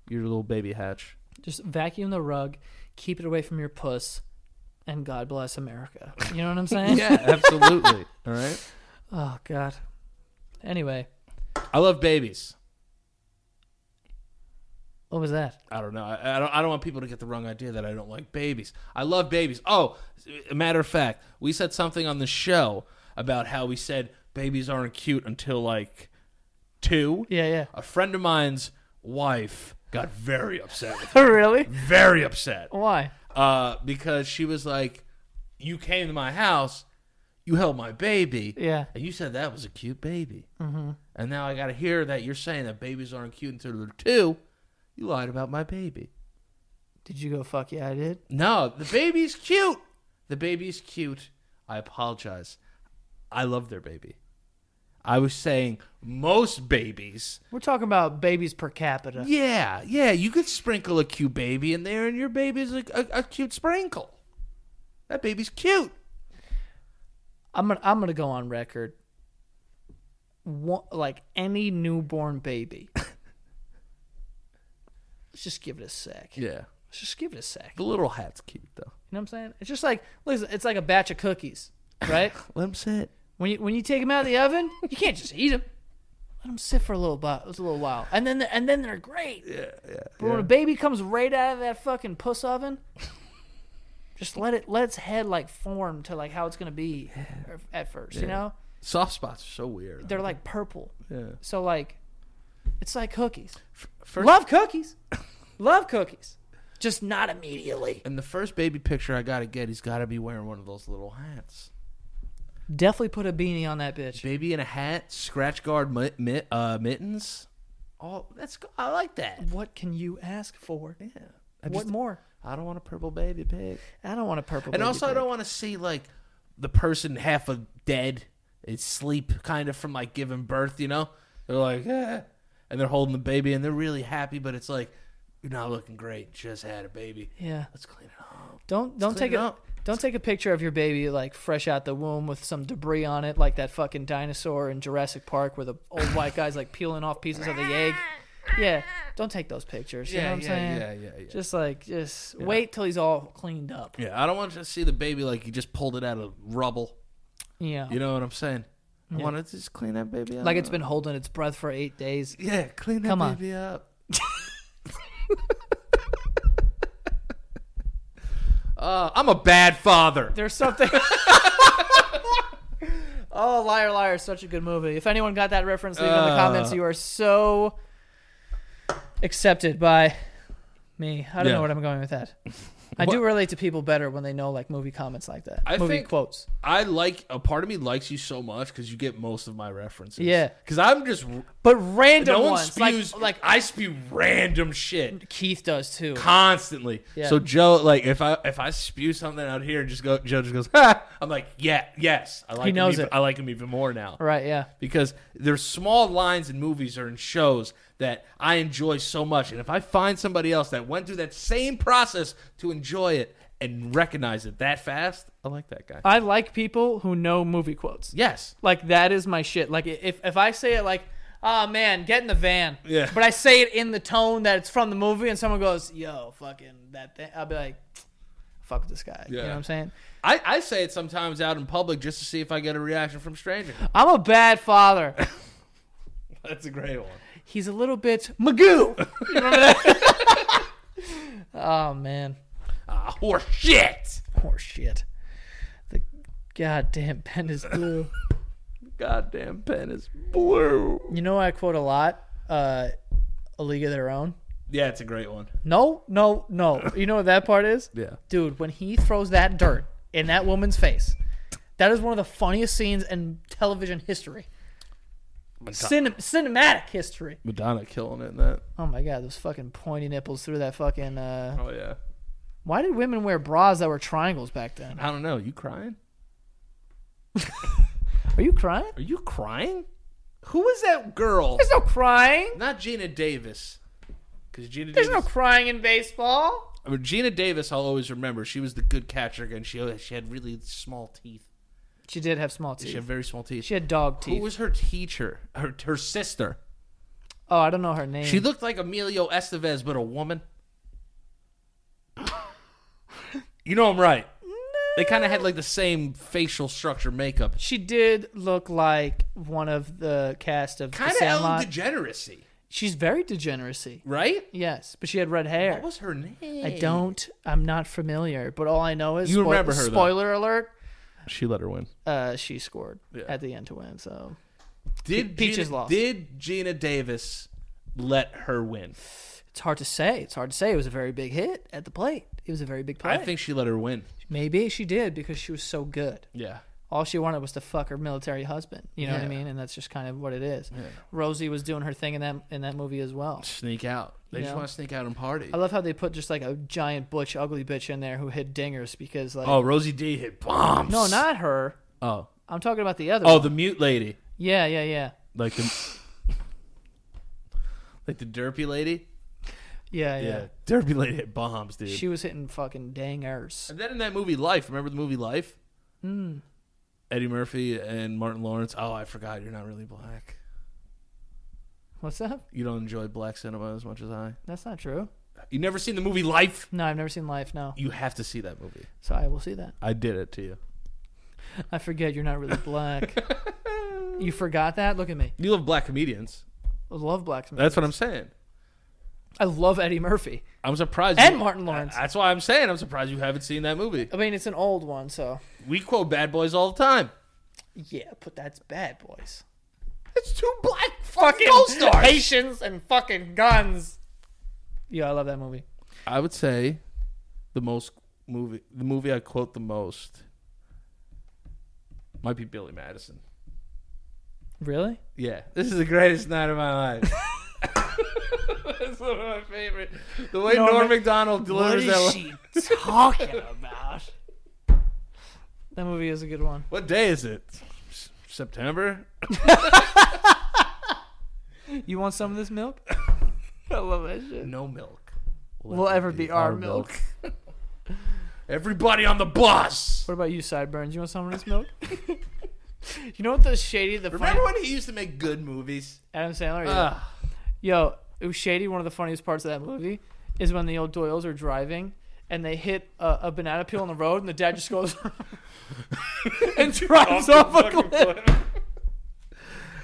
B: your little baby hatch.
A: Just vacuum the rug, keep it away from your puss, and God bless America. You know what I'm saying?
B: Yeah, absolutely. All right.
A: Oh God. Anyway,
B: I love babies.
A: what was that?
B: I don't know. I, I don't. I don't want people to get the wrong idea that I don't like babies. I love babies. Oh, a matter of fact, we said something on the show about how we said babies aren't cute until like two.
A: Yeah, yeah.
B: A friend of mine's wife got very upset. With
A: Oh really?
B: very upset
A: Why?
B: uh, because she was like, "You came to my house, you held my baby,
A: Yeah.
B: and you said that was a cute baby, mm-hmm. and now I got to hear that you're saying that babies aren't cute until they're two. You lied about my baby.
A: Did you go fuck yeah I did?
B: No, the baby's cute. The baby's cute I apologize. I love their baby. I was saying most babies.
A: We're talking about babies per capita.
B: Yeah, yeah. You could sprinkle a cute baby in there, and your baby's like a, a cute sprinkle. That baby's cute.
A: I'm gonna I'm gonna go on record. One, like any newborn baby. Let's just give it a sec.
B: Yeah.
A: Let's just give it a sec. You
B: The little hat's cute though.
A: know what I'm saying? It's just like listen, it's like a batch of cookies, right?
B: Let him sit.
A: when you when you take them out of the oven, you can't just eat them. Let them sit for a little bit, it's a little while, and then and then they're great. Yeah, yeah. But when a baby comes right out of that fucking puss oven, just let it let its head like form to like how it's gonna be at first. You know,
B: Soft spots are so weird.
A: they're like purple.
B: Yeah.
A: So like, it's like cookies.
B: First,
A: Love cookies. Love cookies. Just not immediately.
B: And the first baby picture I gotta get, he's gotta be wearing one of those little hats.
A: Definitely put a beanie on that bitch.
B: Baby in a hat, scratch guard mit, mit, uh, mittens. Oh, that's go- I like that.
A: What can you ask for? Yeah.
B: I
A: What
B: just-
A: more?
B: I don't want a purple baby pig.
A: I don't want a purple.
B: And
A: baby
B: also, I
A: pig.
B: don't want to see like the person half a dead, it's sleep kind of from like giving birth. You know, they're like, eh. and they're holding the baby and they're really happy, but it's like, you're not looking great. Just had a baby.
A: Yeah.
B: Let's clean it up.
A: Don't don't
B: clean
A: take
B: it
A: a
B: up.
A: don't take a picture of your baby like fresh out the womb with some debris on it, like that fucking dinosaur in Jurassic Park where the old white guy's like peeling off pieces of the egg. Yeah, don't take those pictures. You know what I'm saying?
B: yeah, yeah, yeah.
A: Just like just wait till he's all cleaned up.
B: Yeah, I don't want to see the baby like you just pulled it out of rubble.
A: Yeah.
B: You know what I'm saying? I want to just clean that baby up.
A: Like it's been holding its breath for eight days.
B: yeah, clean that
A: Come on.
B: baby up. uh, I'm a bad father.
A: There's something. oh, liar, liar! is Such a good movie. If anyone got that reference, leave it in the
B: Uh.
A: comments. You are so accepted by me. I don't
B: Yeah.
A: know what I'm going with that. I do relate to people better when they know like movie comments like that.
B: I
A: movie
B: think-
A: quotes.
B: I like a part of me likes you so much because you get most of my references.
A: Yeah.
B: because I'm just
A: But random
B: no one
A: ones,
B: spews
A: like like
B: I spew random shit
A: Keith does too.
B: constantly.
A: Yeah.
B: So Joe, like if I if I spew something out here and just go, Joe just goes, ha! I'm like, yeah, yes, I like him
A: knows
B: even-
A: it.
B: I like him even more now.
A: right? Yeah.
B: because there's small lines in movies or in shows that I enjoy so much. And if I find somebody else that went through that same process to enjoy it and recognize it that fast, I like that guy.
A: I like people who know movie quotes.
B: yes.
A: Like that is my shit. Like if if I say it like, oh man, get in the van.
B: Yeah.
A: But I say it in the tone that it's from the movie, and someone goes, yo, fucking that thing. I'll be like, fuck with this guy. You know
B: Yeah.
A: what I'm saying?
B: I, I say it sometimes out in public just to see if I get a reaction from strangers.
A: I'm a bad father.
B: That's a great one.
A: He's a little bit Magoo. You remember that? oh man,
B: Ah, horse shit.
A: poor shit. The goddamn pen is blue.
B: Goddamn pen is blue.
A: you know I quote a lot. Uh, a League of Their Own.
B: Yeah, it's a great one.
A: No, no, no. You know what that part is?
B: Yeah.
A: Dude, when he throws that dirt in that woman's face, that is one of the funniest scenes in television history. Cine- cinematic history.
B: Madonna killing it in that.
A: Oh my god, those fucking pointy nipples through that fucking. Uh...
B: Oh yeah.
A: Why did women wear bras that were triangles back then?
B: I don't know. You crying?
A: Are you crying?
B: Are you crying? Who is that girl?
A: There's no crying.
B: Not Gina Davis. Because Gina
A: There's no
B: Davis.
A: crying in baseball.
B: I mean, Gina Davis, I'll always remember. She was the good catcher, and she she had really small teeth.
A: She did have small teeth.
B: She had very small teeth.
A: She had dog
B: Who
A: teeth.
B: was her teacher? Her her sister.
A: Oh, I don't know her name.
B: She looked like Emilio Estevez, but a woman. you know I'm right. They kind of had like the same facial structure, makeup.
A: She did look like one of the cast of
B: Kind
A: the
B: of Ellen
A: Sandlot.
B: Degeneracy,
A: She's very degeneracy.
B: right?
A: Yes, but she had red hair.
B: What was her name?
A: I don't. I'm not familiar, but all I know is
B: You remember her, though.
A: Spoiler alert:
B: She let her win.
A: uh, she scored
B: Yeah.
A: at the end to win. So
B: Did
A: Peaches
B: Gina,
A: lost.
B: Did Gina Davis let her win?
A: it's hard to say. It's hard to say. It was a very big hit at the plate. It was a very big play.
B: I think she let her win.
A: maybe she did because she was so good.
B: Yeah.
A: all she wanted was to fuck her military husband. You know what I
B: Yeah.
A: mean? And that's just kind of what it is. Rosie was doing her thing in that in that movie as well.
B: Sneak out. They
A: You
B: just
A: know?
B: want to sneak out and party.
A: I love how they put just like a giant butch ugly bitch in there who hit dingers because like
B: Oh, Rosie D hit bombs.
A: no, not her.
B: Oh.
A: I'm talking about the other.
B: Oh,
A: one.
B: the mute lady.
A: yeah, yeah, yeah,
B: Like the Like the derpy lady?
A: yeah, yeah.
B: Yeah. Derpy lady hit bombs, dude.
A: She was hitting fucking dangers.
B: and then in that movie Life, remember the movie Life? Eddie Murphy and Martin Lawrence. Oh, I forgot you're not really black.
A: What's up?
B: You don't enjoy black cinema as much as I.
A: That's not true.
B: You never seen the movie Life?
A: No, I've never seen Life. No,
B: You have to see that movie.
A: so I will see that.
B: I did it to you.
A: I forget you're not really black. you forgot that? Look at me.
B: You love black comedians.
A: I love black.
B: That's what I'm saying.
A: I love Eddie Murphy.
B: I'm surprised.
A: And
B: you-
A: Martin Lawrence.
B: That's why I'm saying I'm surprised you haven't seen that movie.
A: I mean, it's an old one, so
B: We quote Bad Boys all the time.
A: yeah. But that's Bad Boys.
B: It's two black fucking gold stars.
A: Haitians and fucking guns. Yeah, I love that movie.
B: I would say the most movie, the movie I quote the most, might be Billy Madison.
A: Really?
B: Yeah, this is the greatest night of my life. It's one of my favorite. The way Norm, Macdonald delivers that. line-
C: talking about?
A: That movie is a good one.
B: What day is it? S- September.
A: You want some of this milk? I love that shit.
B: No milk
A: Will ever be our milk.
B: Everybody on the bus.
A: What about you, Sideburns? You want some of this milk? you know what the shady, the funny,
B: Remember when he used to make good movies?
A: Adam Sandler? Yeah.
B: Ugh.
A: Yo, it was shady. One of the funniest parts of that movie is when the old Doyles are driving and they hit a, a banana peel on the road, and the dad just goes and drives off, a cliff.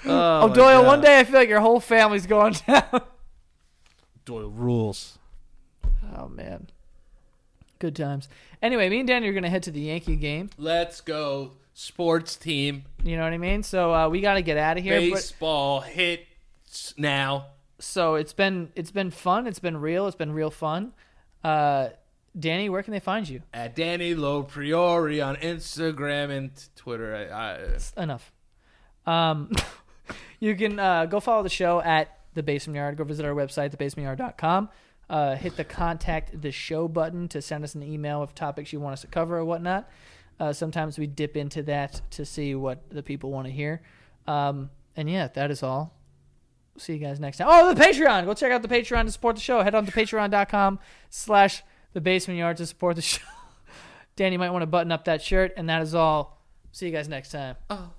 B: Oh,
A: Oh,
B: my
A: Doyle,
B: God.
A: one day I feel like your whole family's going down.
B: Doyle rules.
A: oh man, good times. Anyway, me and Danny are gonna head to the Yankee game.
B: Let's go, sports team.
A: You know what I mean? So uh, we gotta get out of here. but-
B: Baseball hits now.
A: so it's been it's been fun. It's been real. It's been real fun. Uh, Danny, where can they find you?
B: At Danny Low Priori on Instagram and Twitter. I, I,
A: enough. Um, you can uh, go follow the show at the Basement Yard. Go visit our website, thebasementyard.com. Uh, hit the contact the show button to send us an email of topics you want us to cover or whatnot. Uh, sometimes we dip into that to see what the people want to hear. Um, and yeah, that is all. See you guys next time. Oh, the Patreon! Go check out the Patreon to support the show. Head on to patreon.com slash the basement yard to support the show. Danny might want to button up that shirt. And that is all. See you guys next time.
B: oh,